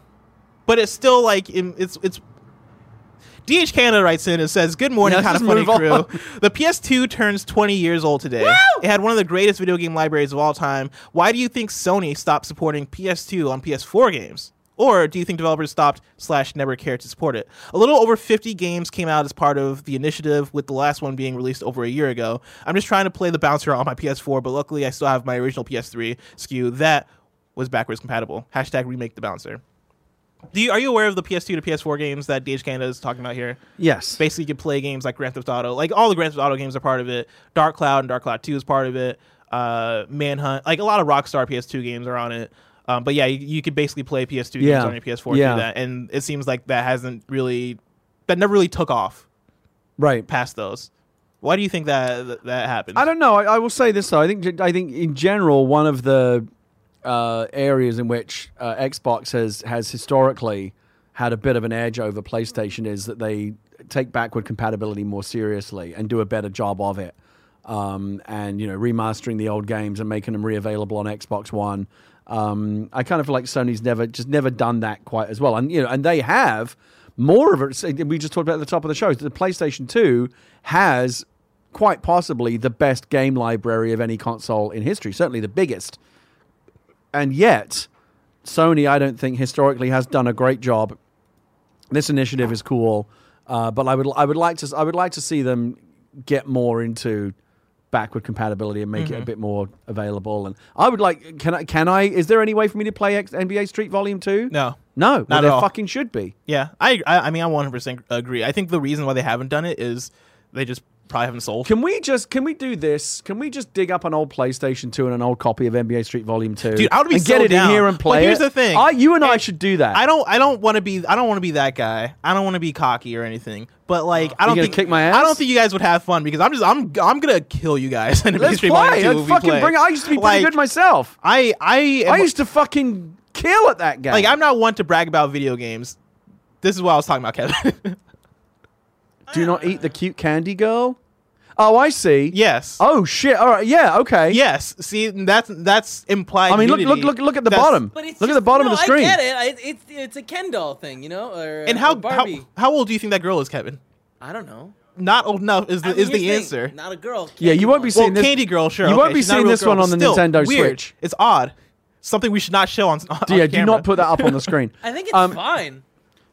but it's still like in, it's it's. DH Canada writes in and says, "Good morning,
Yeah,
kind
let's
of funny
just
crew.
move
The PS2 turns 20 years old today. It had one of the greatest video game libraries of all time. Why do you think Sony stopped supporting PS2 on PS4 games?" Or do you think developers stopped slash never cared to support it? A little over 50 games came out as part of the initiative, with the last one being released over a year ago. I'm just trying to play the bouncer on my PS4, but luckily I still have my original PS3 SKU that was backwards compatible. Hashtag remake the bouncer. Do you, are you aware of the PS2 to PS4 games that DH Canada is talking about here?
Yes.
Basically, you can play games like Grand Theft Auto, like all the Grand Theft Auto games are part of it. Dark Cloud and Dark Cloud 2 is part of it. Uh, Manhunt, like a lot of Rockstar PS2 games are on it. Um, but yeah, you, you could basically play PS2 games
Yeah.
on your PS4
Yeah.
through that, and it seems like that hasn't really, that never really took off
Right.
past those. Why do you think that that, that happened?
I don't know. I, I will say this though. I think I think in general one of the uh, areas in which uh, Xbox has has historically had a bit of an edge over PlayStation is that they take backward compatibility more seriously and do a better job of it. Um, and you know, remastering the old games and making them reavailable on Xbox One. Um, I kind of feel like Sony's never just never done that quite as well. And you know, and they have more of it. so We just talked about at the top of the show. The PlayStation Two has quite possibly the best game library of any console in history, certainly the biggest. And yet, Sony, I don't think historically has done a great job. This initiative is cool, uh, but I would I would like to I would like to see them get more into backward compatibility and
Mm-hmm.
make it a bit more available. And I would like can I can I is there any way for me to play X, NBA Street Volume Two?
No.
no, well,
at
there
all.
fucking should be.
Yeah, I I, I mean I 100% agree. I think the reason why they haven't done it is they just probably haven't sold.
Can we just can we do this? Can we just dig up an old PlayStation 2 and an old copy of NBA Street Volume 2?
Dude, I would be
and
so
get it
down.
in here and
But
play.
here's
it?
the thing.
I, you and I
And
should do that.
I don't I don't want to be I don't want to be that guy. I don't want to be cocky or anything. But like I don't
gonna
think
kick my ass?
I don't think you guys would have fun because I'm just I'm I'm gonna kill you guys. in a
Let's
mainstream
play.
audience
Let's
who we
fucking
play.
bring it. I used to be pretty
Like,
good myself.
I I am,
I used to fucking kill at that game.
like I'm not one to brag about video games. This is what I was talking about, Kevin.
Do not eat the cute candy girl. Oh, I see.
Yes.
Oh shit. All right. Yeah. Okay.
Yes. See, that's that's implied.
I mean, look, look,
nudity.
look, look at the
That's-
bottom.
But it's
look at
just-
the bottom
no,
of the screen.
I get it. I, it's it's a Ken doll thing, you know, or uh,
And
or
how, how
Oh, Barbie.
how old do you think that girl is, Kevin?
I don't know.
Not old enough is the
I mean,
is
here's
the
thing,
answer.
Not a girl.
Yeah,
candy
you won't be
one.
seeing
well,
this-
Candy Girl, sure.
you
okay,
won't be
she's not a
seeing
real
this
girl,
one
but
on the
still,
Nintendo
weird.
Switch.
It's odd. Something we should not show on. on
Yeah.
on
Do
camera.
not put that up on the screen.
I think it's
Um,
fine.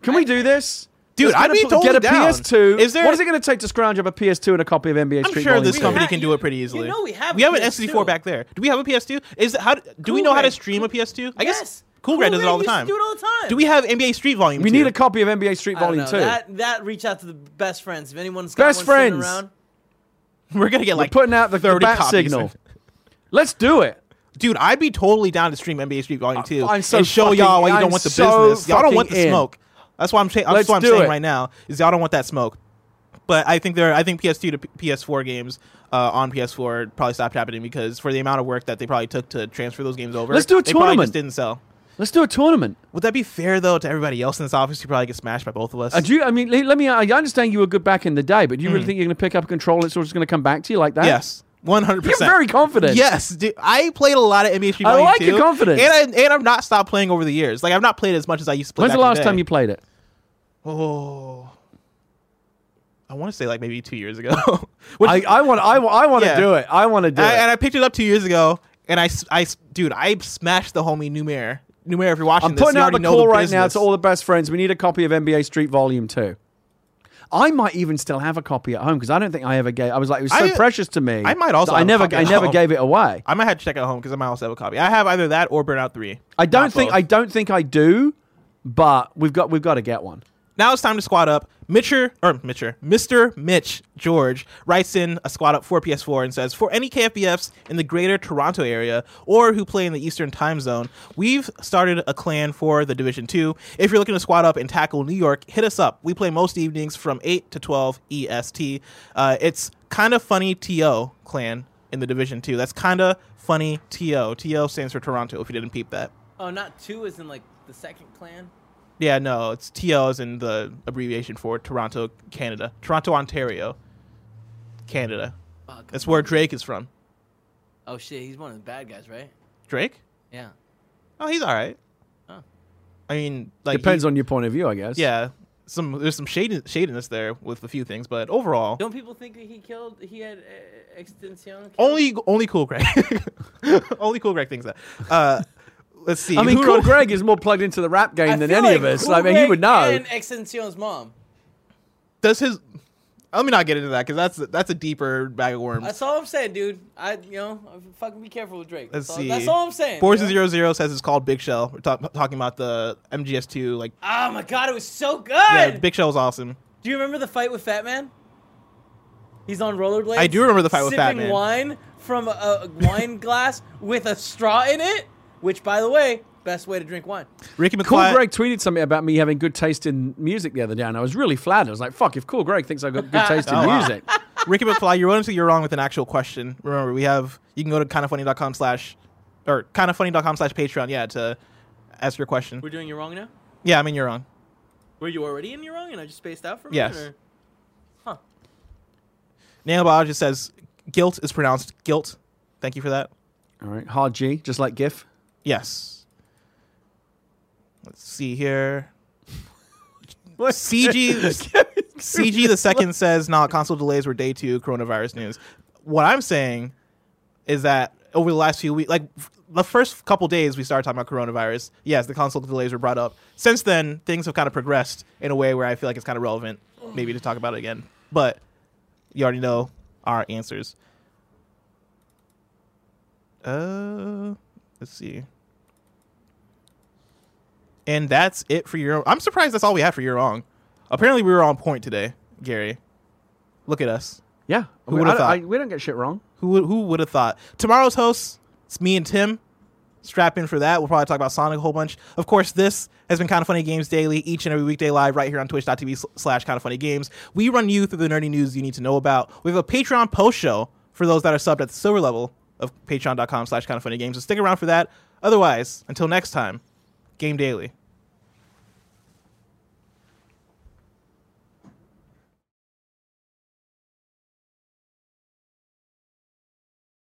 Can we do this?
Dude,
Let's get
I'd
a-
be totally
get a
down.
PS2.
Is there-
what is it going to take to scrounge up a PS2 and a copy of NBA
I'm
Street?
sure
Volume
this
two?
company
ha-
can
you-
do it pretty
you
easily.
know we have
we
a
have an
PS2.
SD4 back there. Do we have a PS2? Is it, how do, do we
Cool
know how to
Red.
stream a PS2? I guess
Yes.
Cool Red does it all the
used to
time.
Do it all the time.
Do we have NBA Street Volume?
We
2?
need a copy of NBA Street
I don't
Volume
know.
Two.
That that reach out to the best friends. If anyone's got
Best
one sitting
friends.
around,
We're gonna get
We're
like
putting out the, the
30
bat
copies.
signal. Let's do it.
Dude, I'd be totally down to stream NBA Street Volume Two
Uh, I'm so
and show
fucking-
y'all why you
I'm
don't want the
so
business. Y'all don't want the
fucking in.
smoke. That's why I'm, saying. that's
Let's
what I'm
do
saying
it.
right now is y'all don't want that smoke. But I think there, I think PS2 to P- PS4 games uh, on PS4 probably stopped happening because for the amount of work that they probably took to transfer those games over,
Let's do a
they probably
tournament.
just didn't sell.
Let's do a tournament.
Would that be fair though to everybody else in this office? You probably get smashed by both of us.
Uh, do you, I mean, le- let me. I understand you were good back in the day, but do you really think you're going to pick up a controller? It's all just going to come back to you like that?
Mm. yes, one hundred
You're
percent.
very confident.
Yes, dude. I played a lot of NBA Street
I
Volume
like
2,
your confidence.
and I and I've not stopped playing over the years. Like I've not played as much as I used to play.
When's
back
the
in
last
day.
time you played it?
Oh, I want to say like maybe two years ago. Which,
I, I want. I, wa- I want to
Yeah.
do it. I want to do
I-
it.
and I picked it up two years ago, and I, s- I s- dude, I smashed the homie Numair. Numair, if you're watching
I'm
this,
putting
you
out the
already know
call right now
business.
to all the best friends. We need a copy of NBA Street Volume Two. I might even still have a copy at home because I don't think I ever gave. I was like, it was so
I-
precious to me.
I might also
that I
have a
never.
copy
I
at
never
home.
gave it away.
I might have to check it at home because I might also have a copy. I have either that or Burnout Three.
I don't
Not
think.
both.
I don't think I do. But we've got. We've got to get one.
Now it's time to squad up. Mitcher or Mitcher, Mr. Mitch George writes in a squad up for PS4 and says, For any KFBFs in the greater Toronto area or who play in the Eastern time zone, we've started a clan for the Division 2. If you're looking to squad up and tackle New York, hit us up. We play most evenings from 8 to 12 EST. Uh, it's kind of funny TO clan in the Division 2. That's kind of funny TO. TO stands for Toronto, if you didn't peep that.
oh, not two is in like the second clan. Oh,
Yeah, no, it's TO is in the abbreviation for Toronto, Canada. Toronto, Ontario, Canada.
Fuck.
That's where Drake is from.
Oh shit, he's one of the bad guys, right?
Drake?
Yeah.
Oh, he's all right.
Huh.
I mean, like
Depends
he-
on your point of view, I guess.
yeah. Some there's some shade, shadiness there with a few things, but overall,
Don't people think that he killed? He had uh, extension. killed?
only only cool Greg, only cool Greg thinks that. Uh, let's see.
I mean,
who
Cool
wrote-
Greg is more plugged into the rap game
I
than
feel
any
like
of us.
Cool
I mean, you
Greg
would know.
And Extension's mom.
does his. Let me not get into that because that's that's a deeper bag of worms.
That's all I'm saying, dude. I, you know, fucking be careful with Drake.
Let's
that's
see.
All, that's all I'm saying.
Forza
you know?
Zero Zero says it's called Big Shell. We're ta- talking about the MGS2 like
Oh my god, it was so good.
Yeah, Big Show was awesome.
Do you remember the fight with Fat Man? He's on rollerblades.
I do remember the fight with Fat Man.
Sipping wine from a wine glass with a straw in it, which, by the way, best way to drink wine.
Ricky
Cool
McFly.
Greg tweeted something about me having good taste in music the other day, and I was really flattered. I was like, "Fuck! If Cool Greg thinks I've got good taste in
Oh, wow.
music,
Ricky McFly, you're wrong, so you're wrong with an actual question. Remember, we have you can go to kindoffunny.com slash or kindoffunny.com slash Patreon, yeah, to ask your question.
We're doing you wrong now.
Yeah, I mean you're wrong.
Were you already in your wrong, and I just spaced out for a
Yes.
minute? Or? Huh.
Nail biologist says guilt is pronounced guilt. Thank you for that.
all right, hard G, just like GIF."
Yes. Let's see here. CG CG the second says, nah, console delays were day two coronavirus news. What I'm saying is that over the last few weeks, like f- the first couple days we started talking about coronavirus, yes, the console delays were brought up. Since then, things have kind of progressed in a way where I feel like it's kind of relevant maybe to talk about it again. But you already know our answers. Uh, let's see. And that's it for your. I'm surprised that's all we had for your wrong. Apparently, we were on point today, Gary. Look at us.
Yeah,
Who
we,
would've
I don't- I-
thought?
we don't get shit wrong.
Who would- who would have thought? Tomorrow's hosts, it's me and Tim. Strap in for that. We'll probably talk about Sonic a whole bunch. Of course, this has been Kind of Funny Games Daily, each and every weekday live right here on twitch.tv sl- slash Kind of Funny Games. We run you through the nerdy news you need to know about. We have a Patreon post show for those that are subbed at the silver level of patreon.com slash Kind of Funny Games. So stick around for that. Otherwise, until next time, Game Daily.